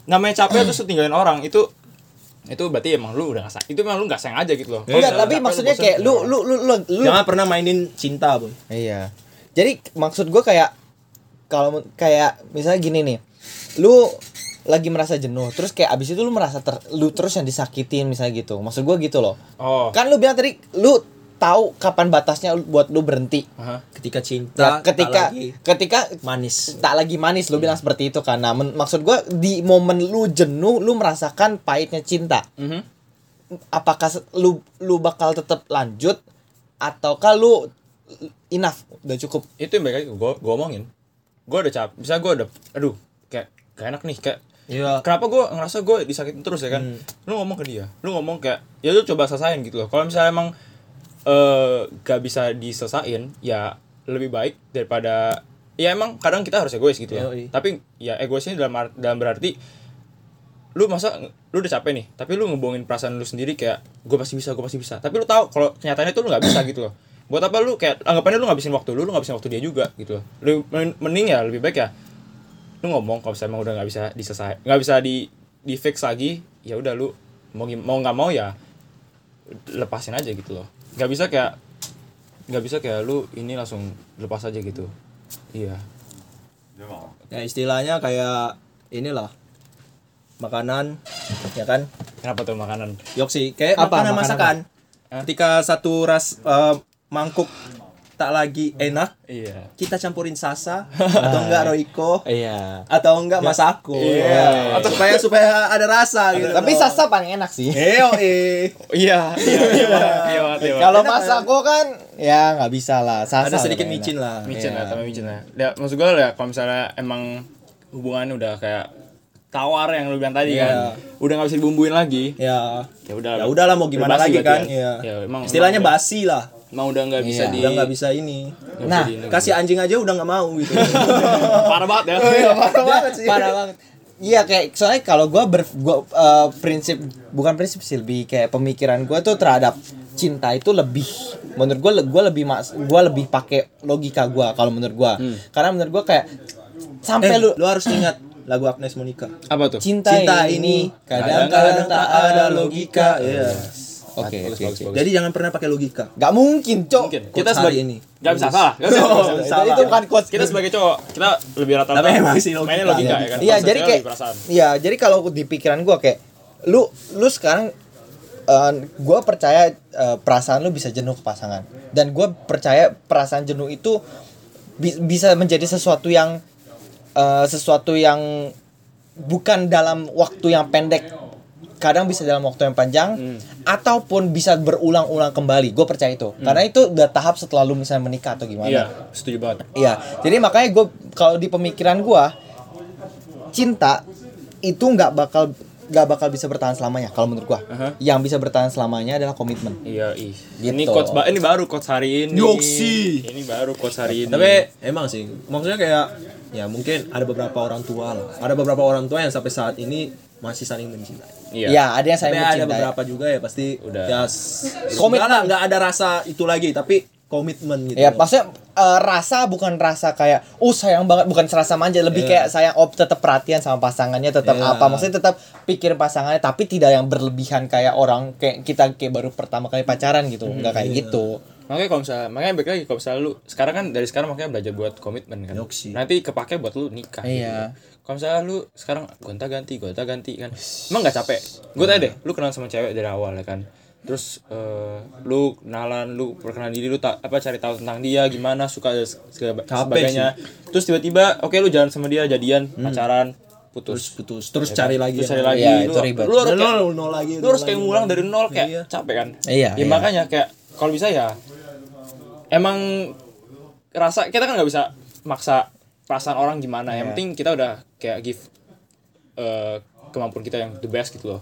[SPEAKER 5] Namanya capek terus lu tinggalin orang itu itu berarti emang lu udah nggak sa- itu emang lu nggak sayang aja gitu loh
[SPEAKER 1] Enggak, Iya,
[SPEAKER 5] Kalau
[SPEAKER 1] tapi
[SPEAKER 5] misalkan
[SPEAKER 1] maksudnya
[SPEAKER 5] bosen
[SPEAKER 1] kayak
[SPEAKER 5] sama
[SPEAKER 1] lu kan?
[SPEAKER 5] orang.
[SPEAKER 1] lu lu lu, lu
[SPEAKER 4] Jangan pernah mainin cinta, Boy.
[SPEAKER 1] Iya. Jadi maksud gue kayak kalau men- kayak misalnya gini nih, lu lagi merasa jenuh, terus kayak abis itu lu merasa ter, lu terus yang disakitin misalnya gitu. Maksud gue gitu loh.
[SPEAKER 5] oh
[SPEAKER 1] Kan lu bilang tadi lu tahu kapan batasnya lu- buat lu berhenti.
[SPEAKER 5] aha.
[SPEAKER 4] Ketika
[SPEAKER 1] Nah,
[SPEAKER 4] cinta
[SPEAKER 1] ketika
[SPEAKER 4] tak lagi
[SPEAKER 1] ketika
[SPEAKER 4] manis.
[SPEAKER 1] tak lagi manis lu
[SPEAKER 5] Iya.
[SPEAKER 1] bilang seperti itu kan. Nah, men- maksud gue di momen lu jenuh, lu merasakan pahitnya cinta.
[SPEAKER 5] Mhm.
[SPEAKER 1] Apakah se- lu lu bakal tetap lanjut ataukah lu enough udah cukup
[SPEAKER 5] itu yang baik lagi gue omongin gue udah cap bisa gue udah aduh kayak gak enak nih kayak
[SPEAKER 4] Iya.
[SPEAKER 5] kenapa gue ngerasa gue disakitin terus ya kan lu ngomong ke dia lu ngomong kayak ya lu coba selesain gitu loh kalau misalnya emang eh gak bisa diselesain ya lebih baik daripada ya emang kadang kita harus egois gitu ya
[SPEAKER 4] Yoi.
[SPEAKER 5] tapi ya egoisnya dalam ar- dalam berarti lu masa lu udah capek nih tapi lu ngebohongin perasaan lu sendiri kayak gue pasti bisa gue pasti bisa tapi lu tahu kalau kenyataannya tuh lu nggak bisa gitu loh buat apa lu kayak anggapannya lu ngabisin waktu lu lu ngabisin waktu dia juga gitu loh lu men- mending ya lebih baik ya lu ngomong kalau misalnya emang udah nggak bisa diselesai nggak bisa di di fix lagi ya udah lu mau gim- mau nggak mau ya lepasin aja gitu loh nggak bisa kayak nggak bisa kayak lu ini langsung lepas aja gitu iya
[SPEAKER 4] Ya istilahnya kayak inilah makanan ya kan
[SPEAKER 5] kenapa tuh makanan
[SPEAKER 4] yok sih kayak
[SPEAKER 1] Apa?
[SPEAKER 4] makanan
[SPEAKER 1] Makanan
[SPEAKER 4] masakan
[SPEAKER 5] Hah?
[SPEAKER 4] ketika satu ras eh, mangkuk tak lagi enak
[SPEAKER 5] iya
[SPEAKER 4] kita campurin sasa atau enggak roiko
[SPEAKER 5] iya
[SPEAKER 4] atau enggak masako
[SPEAKER 5] Iya.
[SPEAKER 4] Atau- supaya supaya ada rasa gitu
[SPEAKER 1] Tapi sasa paling enak sih.
[SPEAKER 4] Eo eh
[SPEAKER 5] Iya, iya, iya, banget, iya, banget, iya, banget.
[SPEAKER 1] Kalau masa aku kan ya nggak bisa lah. Sasa
[SPEAKER 4] ada sedikit
[SPEAKER 1] lebih enak.
[SPEAKER 4] micin lah
[SPEAKER 5] micin lah, tambah micin lah. Ya, maksud gue ya, kalau misalnya emang hubungannya udah kayak tawar yang lu bilang tadi kan, udah nggak bisa dibumbuin lagi.
[SPEAKER 4] ya
[SPEAKER 5] Ya udah.
[SPEAKER 4] ya udahlah mau gimana
[SPEAKER 5] Berbasi
[SPEAKER 4] lagi
[SPEAKER 5] berarti
[SPEAKER 4] kan
[SPEAKER 5] ya.
[SPEAKER 4] ya.
[SPEAKER 5] Ya, emang-
[SPEAKER 4] istilahnya
[SPEAKER 5] emang-
[SPEAKER 4] basi lah
[SPEAKER 5] Emang udah nggak bisa di.
[SPEAKER 4] udah nggak bisa ini
[SPEAKER 5] nggak bisa
[SPEAKER 1] Nah,
[SPEAKER 5] di-
[SPEAKER 4] kasih anjing aja udah nggak mau gitu
[SPEAKER 5] parah banget ya.
[SPEAKER 4] Iya,
[SPEAKER 1] Parah banget sih. Parah banget. Iya kayak soalnya kalau gua ber gua eh, prinsip bukan prinsip sih lebih kayak pemikiran gua tuh terhadap cinta itu lebih menurut gua le- gua lebih mas gua lebih pakai logika gua kalau menurut gua. Karena menurut gua kayak sampai
[SPEAKER 4] Hmm. eh
[SPEAKER 1] lu
[SPEAKER 4] lu lu harus ingat lagu Agnes Monica
[SPEAKER 5] Apa tuh?
[SPEAKER 1] cinta,
[SPEAKER 4] cinta
[SPEAKER 1] ini
[SPEAKER 4] ini
[SPEAKER 1] kadang-kadang tak ada logika.
[SPEAKER 4] Iya.
[SPEAKER 1] Oke, oke. oke.
[SPEAKER 4] Jadi jangan pernah pakai logika.
[SPEAKER 1] Gak mungkin, Cok.
[SPEAKER 5] Mungkin.
[SPEAKER 4] Quotes
[SPEAKER 5] Kita
[SPEAKER 4] hari
[SPEAKER 5] sebagai
[SPEAKER 4] ini.
[SPEAKER 5] ini. Gak bisa salah. Gak bisa. nggak bisa.
[SPEAKER 1] Itu, itu bukan quotes.
[SPEAKER 5] Kita sebagai cowok, kita lebih rata-rata.
[SPEAKER 4] Tapi emang sih logika.
[SPEAKER 5] Mainnya logika ya kan.
[SPEAKER 1] Iya,
[SPEAKER 5] Perasaan
[SPEAKER 1] jadi
[SPEAKER 5] cewek
[SPEAKER 1] kayak
[SPEAKER 5] lebih perasaan.
[SPEAKER 1] Iya, jadi kalau di pikiran gua kayak lu lu sekarang eh, gua percaya eh, perasaan lu bisa jenuh ke pasangan. Dan gua percaya perasaan jenuh itu bi- bisa menjadi sesuatu yang eh, sesuatu yang bukan dalam waktu yang pendek. Kadang bisa dalam waktu yang panjang
[SPEAKER 5] Hmm.
[SPEAKER 1] ataupun bisa berulang-ulang kembali. Gue percaya itu. Karena itu udah tahap setelah lu misalnya menikah atau gimana.
[SPEAKER 5] Hmm. Iya, setuju banget.
[SPEAKER 1] Iya, jadi makanya gue kalau di pemikiran gue cinta itu nggak bakal nggak bakal bisa bertahan selamanya kalau menurut gue.
[SPEAKER 5] Aha.
[SPEAKER 1] Yang bisa bertahan selamanya adalah komitmen.
[SPEAKER 5] Iya, ih.
[SPEAKER 1] Gitu.
[SPEAKER 5] Ini coach ba- ini baru coach hari ini.
[SPEAKER 4] Yoksi.
[SPEAKER 5] Ini baru coach hari ini.
[SPEAKER 4] Tapi emang sih, maksudnya kayak ya mungkin ada beberapa orang tua lah. Ada beberapa orang tua yang sampai saat ini masih saling mencintai.
[SPEAKER 5] iya.
[SPEAKER 1] Iya, ada yang saya
[SPEAKER 4] Tapi ada
[SPEAKER 1] mencintai.
[SPEAKER 4] beberapa juga ya pasti
[SPEAKER 5] Udah.
[SPEAKER 4] ya s-
[SPEAKER 1] Komitmen.
[SPEAKER 4] sudah lah, nggak ada rasa itu lagi, tapi komitmen gitu.
[SPEAKER 1] Ya,
[SPEAKER 4] loh.
[SPEAKER 1] maksudnya eh, rasa bukan rasa kayak oh sayang banget, bukan serasa manja, lebih kayak sayang oh tetap perhatian sama pasangannya, tetap
[SPEAKER 4] Iya.
[SPEAKER 1] apa maksudnya tetap pikir pasangannya tapi tidak yang berlebihan kayak orang kayak kita kayak baru pertama kali pacaran gitu, nggak kayak gitu.
[SPEAKER 5] Makanya kalau misalnya, makanya balik lagi kalau misalnya lu sekarang kan dari sekarang makanya belajar buat komitmen kan.
[SPEAKER 4] Yoksi.
[SPEAKER 5] Nanti kepake buat lu nikah.
[SPEAKER 1] Iya.
[SPEAKER 5] gitu. Kalau misalnya lu sekarang gonta ganti, gonta ganti kan. Emang nggak capek? Gue tanya deh, lu kenal sama cewek dari awal ya kan. Terus eh, lu kenalan, lu perkenalan diri lu tak apa cari tahu tentang dia gimana, suka dan segala- sebagainya. Terus tiba-tiba oke lu jalan sama dia jadian, pacaran,
[SPEAKER 4] Hmm. terus
[SPEAKER 5] putus.
[SPEAKER 4] putus, terus cari lagi.
[SPEAKER 5] Ya, Terus
[SPEAKER 4] yang
[SPEAKER 5] cari
[SPEAKER 4] lain.
[SPEAKER 5] lagi
[SPEAKER 1] Iya,
[SPEAKER 5] lu,
[SPEAKER 1] itu ribet.
[SPEAKER 5] lu harus
[SPEAKER 4] Nol,
[SPEAKER 5] kayak-
[SPEAKER 4] nol, nol lagi.
[SPEAKER 5] lu harus
[SPEAKER 4] nol
[SPEAKER 5] kayak
[SPEAKER 4] lagi,
[SPEAKER 5] ngulang
[SPEAKER 4] nol.
[SPEAKER 5] dari nol kayak
[SPEAKER 4] Iya.
[SPEAKER 5] capek kan
[SPEAKER 1] Iya,
[SPEAKER 5] ya
[SPEAKER 1] iya.
[SPEAKER 5] makanya kayak kalau bisa ya emang rasa kita kan nggak bisa maksa perasaan orang gimana
[SPEAKER 1] Iya.
[SPEAKER 5] yang penting kita udah kayak give eh, kemampuan kita yang the best gitu loh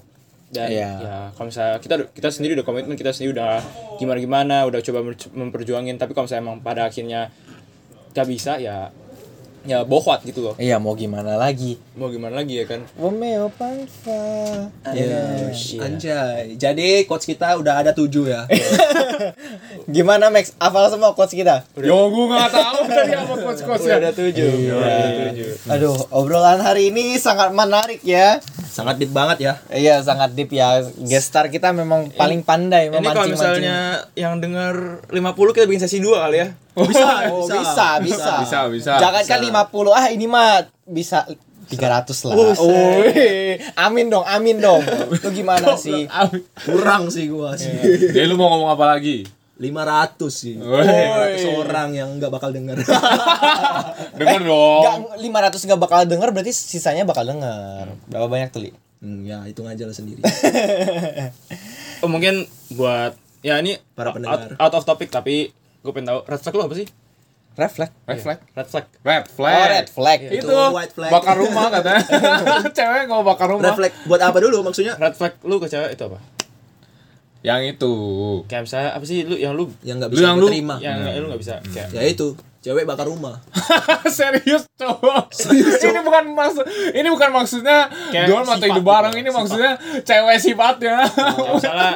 [SPEAKER 5] dan
[SPEAKER 1] Iya.
[SPEAKER 5] ya kalau misalnya kita kita sendiri udah komitmen kita sendiri udah gimana gimana udah coba mer- memperjuangin tapi kalau misalnya emang pada akhirnya gak bisa ya ya bohwat gitu loh
[SPEAKER 1] Iya, mau gimana lagi?
[SPEAKER 5] mau gimana lagi ya kan
[SPEAKER 1] Romeo Pansa.
[SPEAKER 4] Iya. Anjay. Jadi coach kita udah ada tujuh ya.
[SPEAKER 1] Gimana Max? Hafal semua quotes kita?
[SPEAKER 2] Yo gue nggak tahu tadi apa coach coach ya.
[SPEAKER 5] tujuh
[SPEAKER 1] Aduh, obrolan hari ini sangat menarik ya.
[SPEAKER 4] sangat deep banget ya
[SPEAKER 1] Iya sangat deep ya. Gestar kita memang paling pandai
[SPEAKER 5] Ini kalau
[SPEAKER 1] memancing-mancing.
[SPEAKER 5] misalnya yang denger 50 kita bikin sesi 2 kali ya.
[SPEAKER 1] Oh, bisa, oh, bisa, bisa,
[SPEAKER 2] Bisa, bisa.
[SPEAKER 1] Jangan kan 50 ah ini mah bisa 300 lah. Oh, amin dong, amin dong. Lu gimana sih?
[SPEAKER 4] kurang sih gua sih
[SPEAKER 2] Jadi lu mau ngomong apa lagi?
[SPEAKER 4] 500 sih
[SPEAKER 2] Woi.
[SPEAKER 4] 500 orang yang nggak bakal denger
[SPEAKER 2] Denger dong.
[SPEAKER 1] Gak, 500 gak bakal denger berarti sisanya bakal denger. Berapa banyak tuh, Li?
[SPEAKER 4] Hmm, ya hitung aja lo sendiri
[SPEAKER 5] Oh, mungkin buat ya ini
[SPEAKER 4] Para
[SPEAKER 5] out,
[SPEAKER 4] pendengar.
[SPEAKER 5] out of topic tapi gue pengen tahu red flag lu apa sih?
[SPEAKER 1] Red flag.
[SPEAKER 2] Red flag.
[SPEAKER 5] Red flag.
[SPEAKER 2] Red flag.
[SPEAKER 1] Oh, red flag.
[SPEAKER 2] Itu,
[SPEAKER 4] Itu white flag.
[SPEAKER 2] bakar rumah katanya. Cewek nggak mau bakar rumah.
[SPEAKER 4] refleks buat apa dulu maksudnya
[SPEAKER 5] Red flag lu ke cewek itu apa?
[SPEAKER 2] Yang itu.
[SPEAKER 5] Kayak misalnya apa sih lu yang lu
[SPEAKER 4] yang nggak
[SPEAKER 2] Lu
[SPEAKER 4] bisa
[SPEAKER 2] yang
[SPEAKER 4] gua
[SPEAKER 2] lu-
[SPEAKER 4] terima
[SPEAKER 5] yang lu nggak bisa kayak
[SPEAKER 4] ya itu cewek bakar rumah
[SPEAKER 2] Serius cowok. ini bukan maksud ini bukan maksudnya
[SPEAKER 5] Kayak
[SPEAKER 2] dorm atau
[SPEAKER 5] sifat
[SPEAKER 2] hidup bareng
[SPEAKER 5] gitu.
[SPEAKER 2] ini maksudnya cewek sifatnya.
[SPEAKER 5] kayak misalnya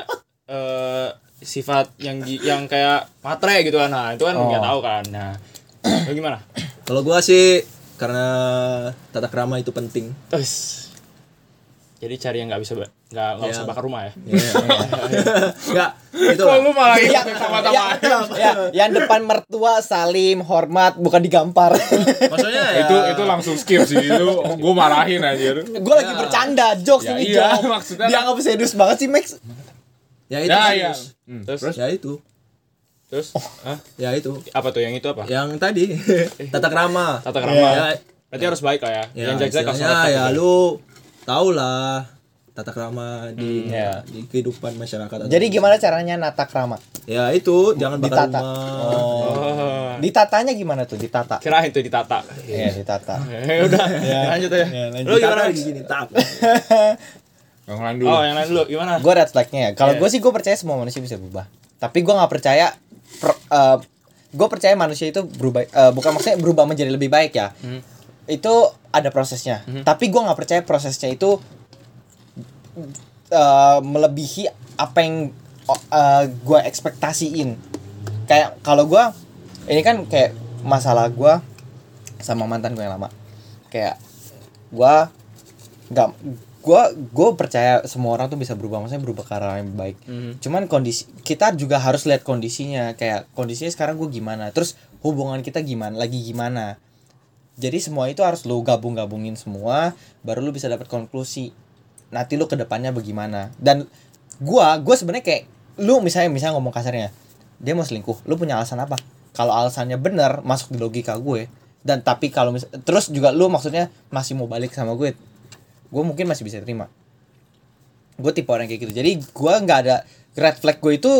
[SPEAKER 5] eh, sifat yang gi- yang kayak matre gitu kan. Nah, itu kan nggak tahu kan. Nah, lu gimana?
[SPEAKER 4] kalau gua sih karena tata krama itu penting
[SPEAKER 5] Terus jadi cari yang nggak bisa ba- nggak nggak
[SPEAKER 4] Ya.
[SPEAKER 5] usah bakar rumah ya.
[SPEAKER 4] iya. nggak gitu itu
[SPEAKER 2] Kok lu malah
[SPEAKER 1] Ya,
[SPEAKER 2] ikut sama-sama.
[SPEAKER 1] ya, ya, yang depan mertua salim hormat bukan digampar.
[SPEAKER 4] maksudnya ya,
[SPEAKER 2] Itu itu langsung skip sih itu gue marahin anjir.
[SPEAKER 1] gue lagi bercanda jokes
[SPEAKER 2] Iya. Ya,
[SPEAKER 1] ini
[SPEAKER 2] iya,
[SPEAKER 1] jokes.
[SPEAKER 2] maksudnya- Hmm.
[SPEAKER 1] dianggap serius banget sih Max.
[SPEAKER 4] ya itu
[SPEAKER 2] Ya
[SPEAKER 4] sih,
[SPEAKER 2] ya.
[SPEAKER 4] Yus.
[SPEAKER 2] Hmm.
[SPEAKER 5] Terus terus,
[SPEAKER 4] ya itu
[SPEAKER 5] Hah?
[SPEAKER 4] ya itu
[SPEAKER 5] apa tuh yang itu apa?
[SPEAKER 4] yang tadi tata krama
[SPEAKER 5] Tata krama.
[SPEAKER 4] ya,
[SPEAKER 5] Berarti harus baik lah ya.
[SPEAKER 4] ya,
[SPEAKER 5] yang jelek-jelek harus
[SPEAKER 4] istilahnya
[SPEAKER 5] red flag
[SPEAKER 4] ya
[SPEAKER 5] gitu.
[SPEAKER 4] lu tau lah tata krama
[SPEAKER 2] Hmm,
[SPEAKER 4] di
[SPEAKER 5] ya.
[SPEAKER 4] di kehidupan masyarakat
[SPEAKER 1] Jadi gimana caranya nata krama?
[SPEAKER 2] Nah.
[SPEAKER 4] ya itu jangan bakar
[SPEAKER 1] Ditata.
[SPEAKER 4] rumah
[SPEAKER 5] Oh.
[SPEAKER 1] Ditatanya gimana tuh? Ditata.
[SPEAKER 5] Kirain tuh ditata.
[SPEAKER 1] Iya, ditata.
[SPEAKER 5] Eh, udah,
[SPEAKER 2] Iya.
[SPEAKER 5] Ya, lanjut
[SPEAKER 2] ya.
[SPEAKER 5] aja.
[SPEAKER 1] Iya,
[SPEAKER 5] Lu
[SPEAKER 4] Ditata
[SPEAKER 5] gimana?
[SPEAKER 4] di sini tap
[SPEAKER 2] Yang lain dulu.
[SPEAKER 5] Oh, yang lain dulu gimana?
[SPEAKER 1] gue red flagnya ya kalau gue sih gue percaya semua manusia bisa berubah tapi gue nggak percaya gue percaya manusia itu berubah eh, bukan maksudnya berubah menjadi lebih baik ya itu ada prosesnya tapi gue nggak percaya prosesnya itu eh, melebihi apa yang gue ekspektasiin kayak kalau gue ini kan kayak masalah gue sama mantan gue yang lama kayak gue nggak gue gue percaya semua orang tuh bisa berubah maksudnya berubah ke arah yang baik cuman kondisi kita juga harus lihat kondisinya kayak kondisinya sekarang gue gimana terus hubungan kita gimana lagi gimana jadi semua itu harus lo gabung gabungin semua baru lu bisa dapat konklusi nanti lu kedepannya bagaimana dan gua gua sebenarnya kayak lu misalnya misalnya ngomong kasarnya dia mau selingkuh lu punya alasan apa kalau alasannya bener masuk di logika gue dan tapi kalau mis- terus juga lu maksudnya masih mau balik sama gue gue mungkin masih bisa terima gue tipe orang kayak gitu jadi gue nggak ada red flag gue itu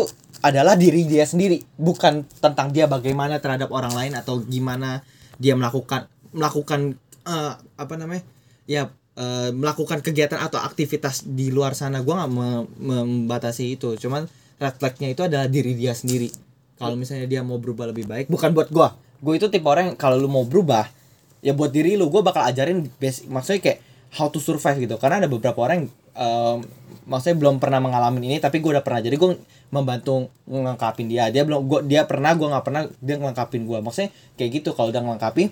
[SPEAKER 1] adalah diri dia sendiri bukan tentang dia bagaimana terhadap orang lain atau gimana dia melakukan melakukan eh, apa namanya ya eh, melakukan kegiatan atau aktivitas di luar sana gue nggak me- membatasi itu cuman red flagnya itu adalah diri dia sendiri kalau misalnya dia mau berubah lebih baik bukan buat gue gue itu tipe orang yang kalau lu mau berubah ya buat diri lu gue bakal ajarin basic maksudnya kayak how to survive gitu karena ada beberapa orang yang um, maksudnya belum pernah mengalami ini tapi gue udah pernah jadi gue membantu ngelengkapin dia dia belum gua dia pernah gue nggak pernah dia ngelengkapin gue maksudnya kayak gitu kalau udah ngelengkapi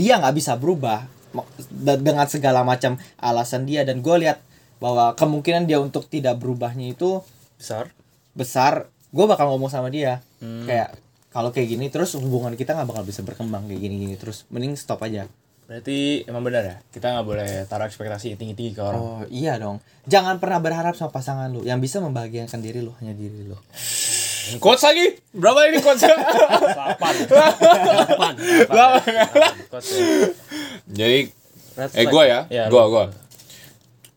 [SPEAKER 1] dia nggak bisa berubah Mak- de- dengan segala macam alasan dia dan gue lihat bahwa kemungkinan dia untuk tidak berubahnya itu
[SPEAKER 5] Besar.
[SPEAKER 1] besar gue bakal ngomong sama dia
[SPEAKER 2] Hmm.
[SPEAKER 1] kayak kalau kayak gini terus hubungan kita nggak bakal bisa berkembang kayak gini gini terus mending stop aja
[SPEAKER 5] Berarti emang benar ya? Kita nggak boleh taruh ekspektasi tinggi-tinggi ke orang.
[SPEAKER 1] oh iya dong jangan pernah berharap sama pasangan lu yang bisa membahagiakan diri lu hanya diri lu
[SPEAKER 2] Quotes lagi. Berapa ini quotes?
[SPEAKER 5] Delapan.
[SPEAKER 2] Jadi eh gue ya,
[SPEAKER 5] Iya,
[SPEAKER 2] gue gue.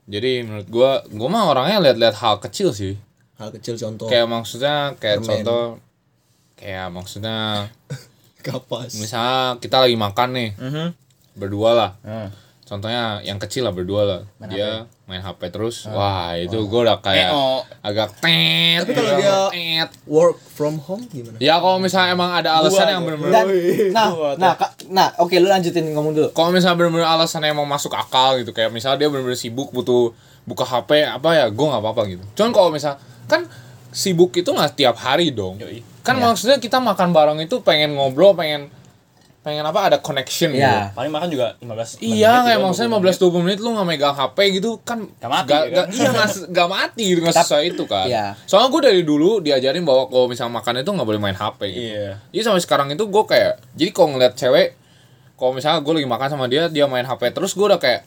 [SPEAKER 2] Jadi menurut gue, gue mah orangnya lihat-lihat hal kecil sih.
[SPEAKER 4] hal kecil contoh
[SPEAKER 2] Kayak maksudnya kayak
[SPEAKER 4] Permen.
[SPEAKER 2] contoh kayak maksudnya
[SPEAKER 4] kapas
[SPEAKER 2] misalnya kita lagi makan nih berdua lah
[SPEAKER 5] Hmm.
[SPEAKER 2] contohnya yang kecil lah berdua lah dia main HP terus wah itu gue udah kayak
[SPEAKER 5] Eo.
[SPEAKER 2] agak tet tapi
[SPEAKER 4] kalau dia- work from home gimana
[SPEAKER 2] ya kalau misalnya emang ada alasan yang bener-bener
[SPEAKER 1] dan nah nah ka- nah oke lu lanjutin ngomong dulu
[SPEAKER 2] kalau misalnya bener-bener alasannya emang masuk akal gitu kayak misalnya dia bener-bener sibuk butuh buka HP apa ya gue nggak apa-apa gitu cuman kalau misalnya kan sibuk itu nggak tiap hari dong kan maksudnya kita makan bareng itu pengen ngobrol pengen pengen apa ada connection gitu.
[SPEAKER 1] Iya.
[SPEAKER 5] Paling makan juga 15
[SPEAKER 2] Iya, kayak
[SPEAKER 5] kan,
[SPEAKER 2] maksudnya 15 20 menit lu nggak megang HP gitu kan
[SPEAKER 5] Nggak mati,
[SPEAKER 2] nggak-
[SPEAKER 5] ya
[SPEAKER 2] nggak-
[SPEAKER 5] kan?
[SPEAKER 2] iya nggak se- nggak mati gitu nggak sesuai itu kan.
[SPEAKER 1] Iya.
[SPEAKER 2] Soalnya gue dari dulu diajarin bahwa kalau misalnya makan itu nggak boleh main HP gitu.
[SPEAKER 5] Iya.
[SPEAKER 2] Jadi sampai sekarang itu gue kayak jadi kalau ngeliat cewek kalau misalnya gue lagi makan sama dia dia main HP terus gue udah kayak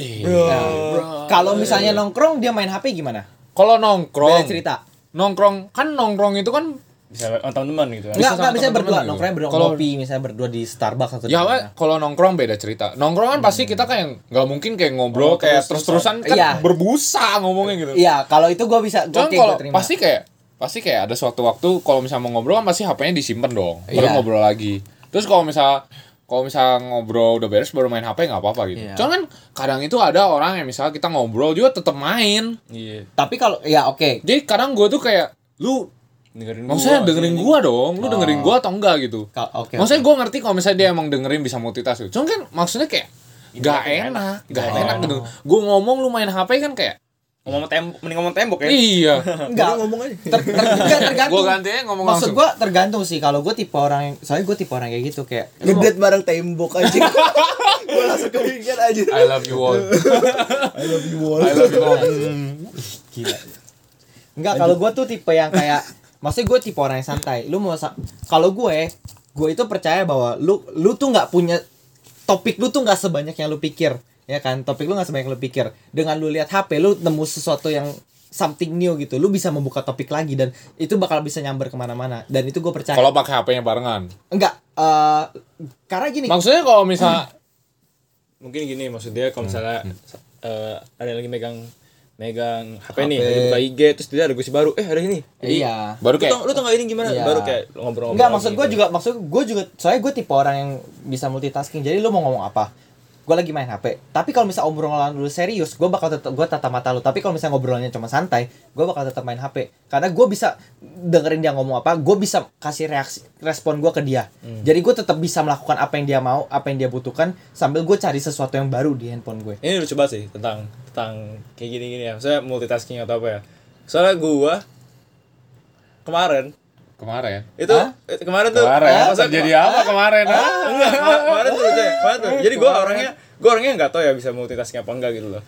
[SPEAKER 2] eh,
[SPEAKER 5] Iya.
[SPEAKER 2] Oh,
[SPEAKER 1] Kalau misalnya nongkrong dia main HP gimana?
[SPEAKER 2] kalau iya, nongkrong
[SPEAKER 1] Beda cerita.
[SPEAKER 2] nongkrong kan nongkrong itu kan
[SPEAKER 5] Bisa sama teman-teman gitu.
[SPEAKER 1] Enggak,
[SPEAKER 2] sama
[SPEAKER 1] enggak misalnya
[SPEAKER 2] teman-teman
[SPEAKER 1] berdua,
[SPEAKER 2] gitu.
[SPEAKER 1] nongkrongnya berdua
[SPEAKER 2] Kalau-
[SPEAKER 1] ngopi, misalnya berdua di Starbucks atau di
[SPEAKER 2] Ya,
[SPEAKER 1] mana.
[SPEAKER 5] iya.
[SPEAKER 2] Wak, kalau nongkrong beda cerita. Nongkrong kan pasti
[SPEAKER 5] Hmm.
[SPEAKER 2] kita kayak nggak mungkin kayak ngobrol
[SPEAKER 5] Oh,
[SPEAKER 2] kayak terus-terusan kan
[SPEAKER 1] Iya.
[SPEAKER 2] berbusa ngomongnya gitu.
[SPEAKER 1] Iya, kalau itu gua bisa
[SPEAKER 2] Cuman
[SPEAKER 1] oke
[SPEAKER 2] kalau
[SPEAKER 1] gua terima.
[SPEAKER 2] pasti kayak pasti kayak ada suatu waktu kalau misalnya mau ngobrol kan pasti HP-nya disimpan dong. Baru
[SPEAKER 1] Iya.
[SPEAKER 2] ngobrol lagi. Terus kalau misalnya kalau misalnya ngobrol udah beres baru main HP nggak apa-apa gitu.
[SPEAKER 1] Iya.
[SPEAKER 2] Cuman kan kadang itu ada orang yang misalnya kita ngobrol juga tetap main.
[SPEAKER 5] Iya.
[SPEAKER 1] Tapi kalau ya oke.
[SPEAKER 2] Jadi kadang gue tuh kayak lu
[SPEAKER 5] Dengerin
[SPEAKER 2] maksudnya dengerin
[SPEAKER 5] sih.
[SPEAKER 2] gua dong, lu dengerin gua atau enggak gitu.
[SPEAKER 1] Ka- Oh. Oke.
[SPEAKER 2] maksudnya gue ngerti kalau misalnya dia emang dengerin bisa multitask gitu. Cuman kan maksudnya kayak gak enak, gak
[SPEAKER 1] Oh.
[SPEAKER 2] enak gitu. Gue ngomong lu main HP kan kayak
[SPEAKER 5] Ngomong tembok, mending ngomong tembok ya.
[SPEAKER 2] iya.
[SPEAKER 1] enggak ngomong aja. Ter, ter, enggak, tergantung.
[SPEAKER 2] Gue gantinya ngomong
[SPEAKER 1] Kan Maksud
[SPEAKER 2] langsung.
[SPEAKER 1] gua tergantung sih kalau gua tipe orang yang soalnya gua tipe orang kayak gitu kayak lu mau-
[SPEAKER 4] Ngedet bareng tembok aja. gue langsung kepikir aja.
[SPEAKER 2] I love you all.
[SPEAKER 4] I love you all.
[SPEAKER 2] I love you all.
[SPEAKER 1] Enggak, kalau gue tuh tipe yang kayak maksudnya gue tipe orang yang santai. Lu mau sa- kalau gue, gue itu percaya bahwa lu lu tuh nggak punya topik lu tuh nggak sebanyak yang lu pikir, ya kan? Topik lu nggak sebanyak yang lu pikir. Dengan lu lihat HP, lu nemu sesuatu yang something new gitu. Lu bisa membuka topik lagi dan itu bakal bisa nyamber kemana-mana. Dan itu gue percaya.
[SPEAKER 2] Kalau pakai HP-nya barengan.
[SPEAKER 1] Enggak, eh, karena gini.
[SPEAKER 2] Maksudnya kalau misalnya
[SPEAKER 5] Mungkin gini maksudnya kalau misalnya eh, ada yang lagi megang megang HP, nih, lagi buka IG terus dia ada gosip baru, eh ada ini.
[SPEAKER 1] iya.
[SPEAKER 2] baru
[SPEAKER 5] Lu
[SPEAKER 2] kayak
[SPEAKER 5] tau, lu tau gak ini gimana?
[SPEAKER 1] Iya.
[SPEAKER 5] Baru kayak
[SPEAKER 2] Oh,
[SPEAKER 5] ngobrol-ngobrol.
[SPEAKER 1] Enggak, maksud gue
[SPEAKER 5] gitu.
[SPEAKER 1] juga maksud gue juga soalnya gue tipe orang yang bisa multitasking. Jadi lu mau ngomong apa? Gue lagi main HP. Tapi kalau misalnya obrolan lu serius, gue bakal tetap gue tatap mata lu. Tapi kalau misalnya ngobrolannya cuma santai, gue bakal tetap main HP. Karena gue bisa dengerin dia ngomong apa, gue bisa kasih reaksi respon gue ke dia.
[SPEAKER 2] Hmm.
[SPEAKER 1] Jadi gue tetap bisa melakukan apa yang dia mau, apa yang dia butuhkan sambil gue cari sesuatu yang baru di handphone gue.
[SPEAKER 5] ini lucu banget sih tentang tentang kayak gini-gini ya. Saya multitasking atau apa ya? Soalnya gua kemarin
[SPEAKER 2] kemarin.
[SPEAKER 5] itu eh, kemarin tuh
[SPEAKER 2] Kemarin
[SPEAKER 5] eh, maksudnya
[SPEAKER 2] terjadi apa kemarin? ah?
[SPEAKER 5] enggak kema- kemarin tuh lucu ya, kemarin tuh. jadi gue orangnya gue orangnya nggak tahu ya bisa multitasking apa enggak gitu loh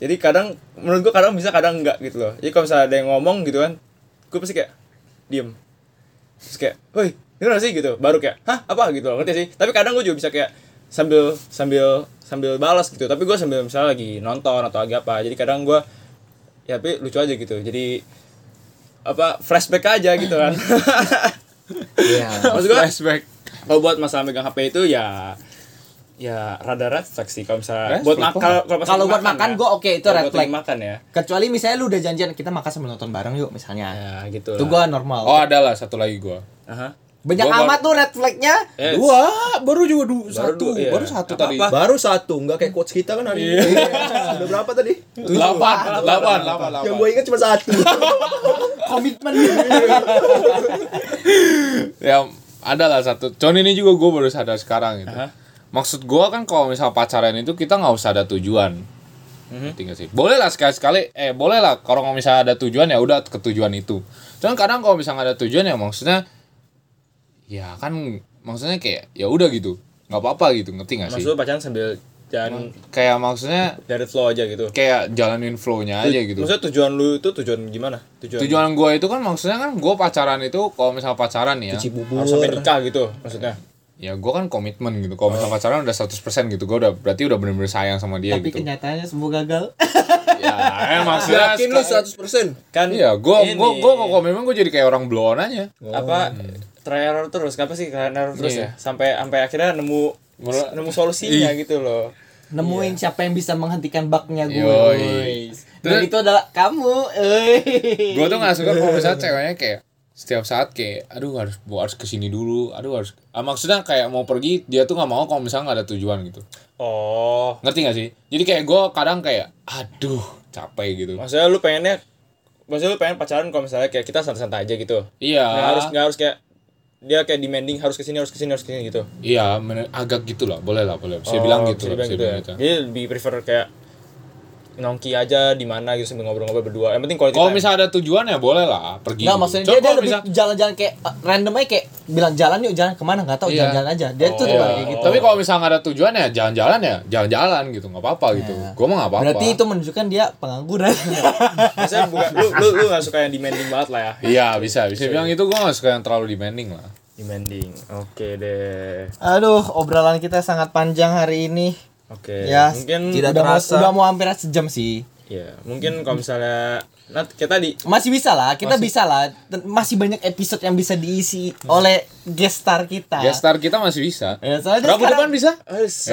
[SPEAKER 5] jadi kadang menurut gue kadang bisa kadang enggak gitu loh jadi kalau misalnya ada yang ngomong gitu kan gue pasti kayak diem terus kayak woi ini gak sih gitu baru kayak hah apa gitu loh ngerti sih tapi kadang gue juga bisa kayak sambil sambil sambil balas gitu tapi gue sambil misalnya lagi nonton atau lagi apa jadi kadang gue ya tapi lucu aja gitu jadi apa flashback aja gitu kan
[SPEAKER 2] Iya,
[SPEAKER 5] maksud gue
[SPEAKER 2] Ah, Flashback.
[SPEAKER 5] kalau buat masalah megang HP itu ya ya rada red flag sih kalau
[SPEAKER 2] Eh,
[SPEAKER 5] misalnya buat
[SPEAKER 2] seperti
[SPEAKER 5] makan kalau pas
[SPEAKER 1] Kalau
[SPEAKER 5] lagi
[SPEAKER 1] buat makan,
[SPEAKER 5] ya.
[SPEAKER 1] gua oke, itu
[SPEAKER 5] Kalau
[SPEAKER 1] red
[SPEAKER 5] buat
[SPEAKER 1] flag.
[SPEAKER 5] lagi makan ya.
[SPEAKER 1] Kecuali misalnya lu udah janjian kita makan sambil nonton bareng yuk misalnya.
[SPEAKER 5] Ya gitu
[SPEAKER 1] Itu gue normal.
[SPEAKER 2] Oh, ada lah satu lagi gua.
[SPEAKER 5] Aha.
[SPEAKER 1] Banyak
[SPEAKER 2] gua baru-
[SPEAKER 1] amat tuh red flagnya.
[SPEAKER 5] Eh,
[SPEAKER 2] Dua, baru juga du- satu,
[SPEAKER 5] dua, iya.
[SPEAKER 2] baru satu
[SPEAKER 5] Nggak
[SPEAKER 2] tadi.
[SPEAKER 5] apa-apa.
[SPEAKER 4] Baru satu, nggak kayak quotes kita kan hari ini.
[SPEAKER 2] Iya.
[SPEAKER 4] Udah berapa tadi?
[SPEAKER 2] Delapan, delapan, delapan,
[SPEAKER 4] Yang
[SPEAKER 2] delapan.
[SPEAKER 4] gue ingat cuma satu.
[SPEAKER 1] Komitmen.
[SPEAKER 2] ya ada lah satu con ini juga gue baru sadar sekarang gitu
[SPEAKER 5] Aha.
[SPEAKER 2] maksud gue kan kalau misal pacaran itu kita nggak usah ada tujuan
[SPEAKER 5] Mhm.
[SPEAKER 2] Ngerti nggak sih boleh lah sekali sekali eh boleh lah kalau misalnya ada tujuan ya udah ke tujuan itu cuman kadang kalau misalnya nggak ada tujuan ya maksudnya ya kan maksudnya kayak ya udah gitu nggak apa-apa gitu ngerti nggak sih
[SPEAKER 5] Maksud lu pacaran sambil jalan
[SPEAKER 2] kayak maksudnya
[SPEAKER 5] dari flow aja gitu.
[SPEAKER 2] kayak jalanin flow-nya aja gitu
[SPEAKER 5] Maksudnya tujuan lu itu tujuan gimana? Tujuan,
[SPEAKER 2] tujuan gue itu kan maksudnya kan gue pacaran itu kalau misal pacaran ya
[SPEAKER 5] harus sampai nikah gitu maksudnya.
[SPEAKER 2] ya gue kan komitmen gitu kalau misalnya pacaran udah 100% gitu gue udah berarti udah bener-bener sayang sama dia
[SPEAKER 1] Tapi
[SPEAKER 2] gitu
[SPEAKER 1] kenyataannya semua gagal.
[SPEAKER 2] ya eh, maksudnya
[SPEAKER 4] Yakin lu 100%?
[SPEAKER 5] Kan
[SPEAKER 2] iya gue
[SPEAKER 5] ini,
[SPEAKER 2] gue gue kok memang gue jadi kayak orang blow on aja
[SPEAKER 5] apa trial error terus apa sih trial error terus
[SPEAKER 2] Iya.
[SPEAKER 5] ya sampai sampai akhirnya nemu
[SPEAKER 2] Menurut-
[SPEAKER 5] nemu solusinya gitu loh.
[SPEAKER 1] Nemuin siapa yang bisa menghentikan bugnya gue.
[SPEAKER 2] Yoi.
[SPEAKER 1] Dan
[SPEAKER 2] Terus-
[SPEAKER 1] itu adalah kamu. eh.
[SPEAKER 2] gue tuh gak suka kalau misalnya ceweknya kayak setiap saat kayak aduh harus gua harus kesini dulu aduh harus ah, maksudnya kayak mau pergi dia tuh nggak mau kalau misalnya nggak ada tujuan gitu
[SPEAKER 5] Oh,
[SPEAKER 2] ngerti gak sih jadi kayak gue kadang kayak aduh capek gitu
[SPEAKER 5] maksudnya lu pengennya maksudnya lu pengen pacaran kalau misalnya kayak kita santai-santai aja gitu
[SPEAKER 2] iya
[SPEAKER 5] nggak harus nggak harus kayak dia kayak demanding harus kesini harus kesini harus kesini gitu
[SPEAKER 2] iya men- agak gitu lah boleh lah boleh saya bilang gitu
[SPEAKER 5] Oh, bisa
[SPEAKER 2] lah,
[SPEAKER 5] dibilang
[SPEAKER 2] bisa
[SPEAKER 5] gitu,
[SPEAKER 2] bilang
[SPEAKER 5] ya.
[SPEAKER 2] gitu.
[SPEAKER 5] jadi lebih prefer kayak nongki aja di mana gitu sambil ngobrol-ngobrol berdua yang penting quality
[SPEAKER 2] Kalau
[SPEAKER 5] time.
[SPEAKER 2] misalnya ada tujuan ya boleh lah pergi.
[SPEAKER 1] Nggak maksudnya
[SPEAKER 2] Cuma
[SPEAKER 1] dia, dia
[SPEAKER 2] kalau
[SPEAKER 1] lebih
[SPEAKER 2] misal-
[SPEAKER 1] jalan-jalan kayak eh, random aja kayak bilang jalan yuk jalan kemana nggak tahu
[SPEAKER 2] Iya.
[SPEAKER 1] jalan-jalan aja. Dia tuh
[SPEAKER 2] Iya.
[SPEAKER 1] suka kayak gitu.
[SPEAKER 2] Tapi kalau misalnya nggak ada tujuan ya jalan-jalan ya jalan-jalan gitu nggak apa-apa gitu.
[SPEAKER 1] Iya.
[SPEAKER 2] Gue mah nggak apa-apa.
[SPEAKER 1] Berarti itu menunjukkan dia pengangguran.
[SPEAKER 5] Maksudnya bukan lu lu lu gak suka yang demanding banget lah ya.
[SPEAKER 2] Iya bisa bisa bilang itu gue nggak suka yang terlalu demanding lah.
[SPEAKER 5] Demanding. Oke deh.
[SPEAKER 1] Aduh, obrolan kita sangat panjang hari ini.
[SPEAKER 5] Oke.
[SPEAKER 1] Ya,
[SPEAKER 5] mungkin
[SPEAKER 1] tidak udah mau, udah mau hampir sejam sih.
[SPEAKER 5] ya, mungkin kalau misalnya nah, kita di
[SPEAKER 1] Masih bisa lah, kita bisa lah. Ten- Masih banyak episode yang bisa diisi oleh guest star kita.
[SPEAKER 2] Ya star kita masih bisa.
[SPEAKER 1] Ya, soalnya dia
[SPEAKER 2] Rabu
[SPEAKER 1] Ah. sekarang,
[SPEAKER 2] depan bisa?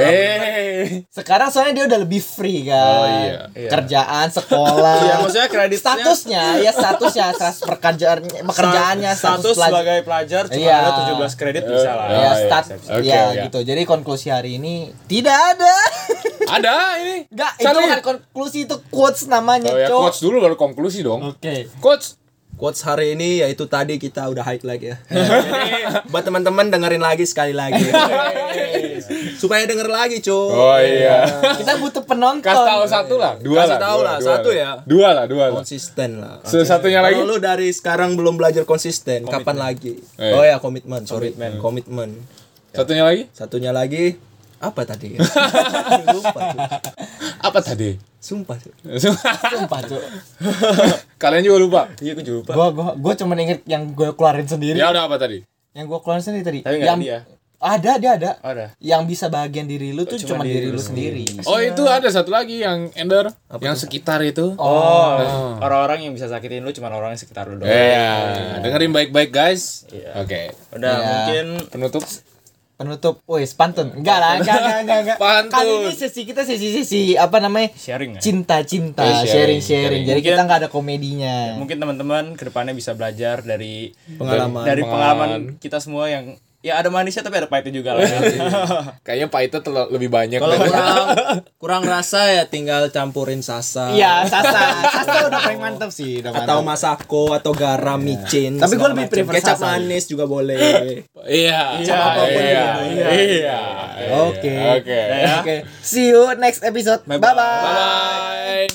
[SPEAKER 2] Eh,
[SPEAKER 1] sekarang soalnya dia udah lebih free kan.
[SPEAKER 2] Oh, iya.
[SPEAKER 5] Iya.
[SPEAKER 1] Kerjaan, sekolah.
[SPEAKER 5] Iya, maksudnya kreditnya-
[SPEAKER 1] statusnya ya statusnya, status pekerjaannya, pekerjaannya
[SPEAKER 5] status
[SPEAKER 1] pelaj-
[SPEAKER 5] sebagai pelajar cuma
[SPEAKER 1] Iya.
[SPEAKER 5] ada 17 kredit bisa lah.
[SPEAKER 1] ya
[SPEAKER 2] Oh, iya.
[SPEAKER 1] status
[SPEAKER 2] Oke,
[SPEAKER 1] ya
[SPEAKER 2] oke.
[SPEAKER 1] gitu. Jadi konklusi hari ini tidak ada.
[SPEAKER 2] ada ini.
[SPEAKER 1] Enggak, itu kan
[SPEAKER 2] Satu.
[SPEAKER 1] bukan konklusi itu quotes namanya,
[SPEAKER 2] Oh ya,
[SPEAKER 1] Cok.
[SPEAKER 2] coach dulu baru konklusi dong.
[SPEAKER 1] Oke.
[SPEAKER 2] Coach,
[SPEAKER 4] Quotes hari ini yaitu tadi kita udah highlight ya.
[SPEAKER 1] Iya.
[SPEAKER 4] Buat teman-teman dengerin lagi sekali lagi.
[SPEAKER 1] Iya.
[SPEAKER 4] Supaya denger lagi, cuy.
[SPEAKER 2] Oh iya.
[SPEAKER 1] Kita butuh penonton.
[SPEAKER 2] Kasih tahu satu lah, dua
[SPEAKER 4] Kasih
[SPEAKER 2] lah.
[SPEAKER 4] tahu
[SPEAKER 2] dua
[SPEAKER 4] lah,
[SPEAKER 2] dua
[SPEAKER 4] satu ya.
[SPEAKER 2] Dua lah, dua lah.
[SPEAKER 4] Konsisten lah.
[SPEAKER 2] Se- Satunya lagi.
[SPEAKER 4] Kalau lu dari sekarang belum belajar konsisten, kapan lagi?
[SPEAKER 2] Eh.
[SPEAKER 4] Oh ya, komitmen, sorry. Komitmen. komitmen.
[SPEAKER 2] Satunya lagi.
[SPEAKER 4] Satunya lagi apa tadi ya? Lupa. cuy.
[SPEAKER 2] Apa tadi?
[SPEAKER 4] Sumpah. cuy.
[SPEAKER 1] Sumpah, Cok.
[SPEAKER 2] Kalian juga lupa.
[SPEAKER 5] Iya, aku juga lupa.
[SPEAKER 1] Gua gua gua cuma inget yang gua keluarin sendiri.
[SPEAKER 2] Ya udah apa tadi?
[SPEAKER 1] Yang gua keluarin sendiri tadi.
[SPEAKER 5] Tapi nggak
[SPEAKER 1] yang
[SPEAKER 5] ada dia.
[SPEAKER 1] ada dia ada.
[SPEAKER 5] Ada.
[SPEAKER 1] Yang bisa bagian diri lu tuh cuma, diri, lu sendiri.
[SPEAKER 2] Oh itu ada satu lagi yang Ender, yang sekitar itu.
[SPEAKER 5] Oh, orang-orang yang bisa sakitin lu cuma orang yang sekitar lu doang.
[SPEAKER 2] Iya, dengerin baik-baik guys.
[SPEAKER 5] Iya.
[SPEAKER 2] Oke,
[SPEAKER 5] Udah
[SPEAKER 1] Iya.
[SPEAKER 5] mungkin
[SPEAKER 2] penutup.
[SPEAKER 1] Penutup, wes pantun. Enggak lah, enggak enggak enggak. enggak.
[SPEAKER 2] Pantun.
[SPEAKER 1] Kali ini sesi kita sesi-sesi apa namanya?
[SPEAKER 5] sharing ya.
[SPEAKER 1] Cinta-cinta,
[SPEAKER 2] Eh, sharing, sharing.
[SPEAKER 1] sharing-sharing. Jadi
[SPEAKER 5] Mungkin-
[SPEAKER 1] kita nggak ada komedinya.
[SPEAKER 5] Mungkin teman-teman kedepannya bisa belajar dari
[SPEAKER 4] Pengalaman.
[SPEAKER 5] dari pengalaman kita semua yang ya ada manisnya tapi ada pahitnya juga lah.
[SPEAKER 2] Kayaknya pahitnya terlalu lebih banyak. Iya.
[SPEAKER 4] Kalau kurang kurang rasa ya tinggal campurin sasa.
[SPEAKER 1] Iya, Sasa. Sasa udah paling mantep sih, udah
[SPEAKER 4] Atau
[SPEAKER 1] mantep.
[SPEAKER 4] masako atau garam micin.
[SPEAKER 1] Iya. Tapi gua
[SPEAKER 4] segala
[SPEAKER 1] lebih
[SPEAKER 4] macam.
[SPEAKER 1] prefer
[SPEAKER 4] kecap
[SPEAKER 1] sasa.
[SPEAKER 4] manis juga boleh.
[SPEAKER 2] Iya. Iya.
[SPEAKER 4] apapun
[SPEAKER 2] Iya.
[SPEAKER 4] gitu,
[SPEAKER 2] Iya.
[SPEAKER 1] Oke.
[SPEAKER 2] Oke.
[SPEAKER 1] Iya. Oke. See you next episode. Bye bye.
[SPEAKER 2] Bye.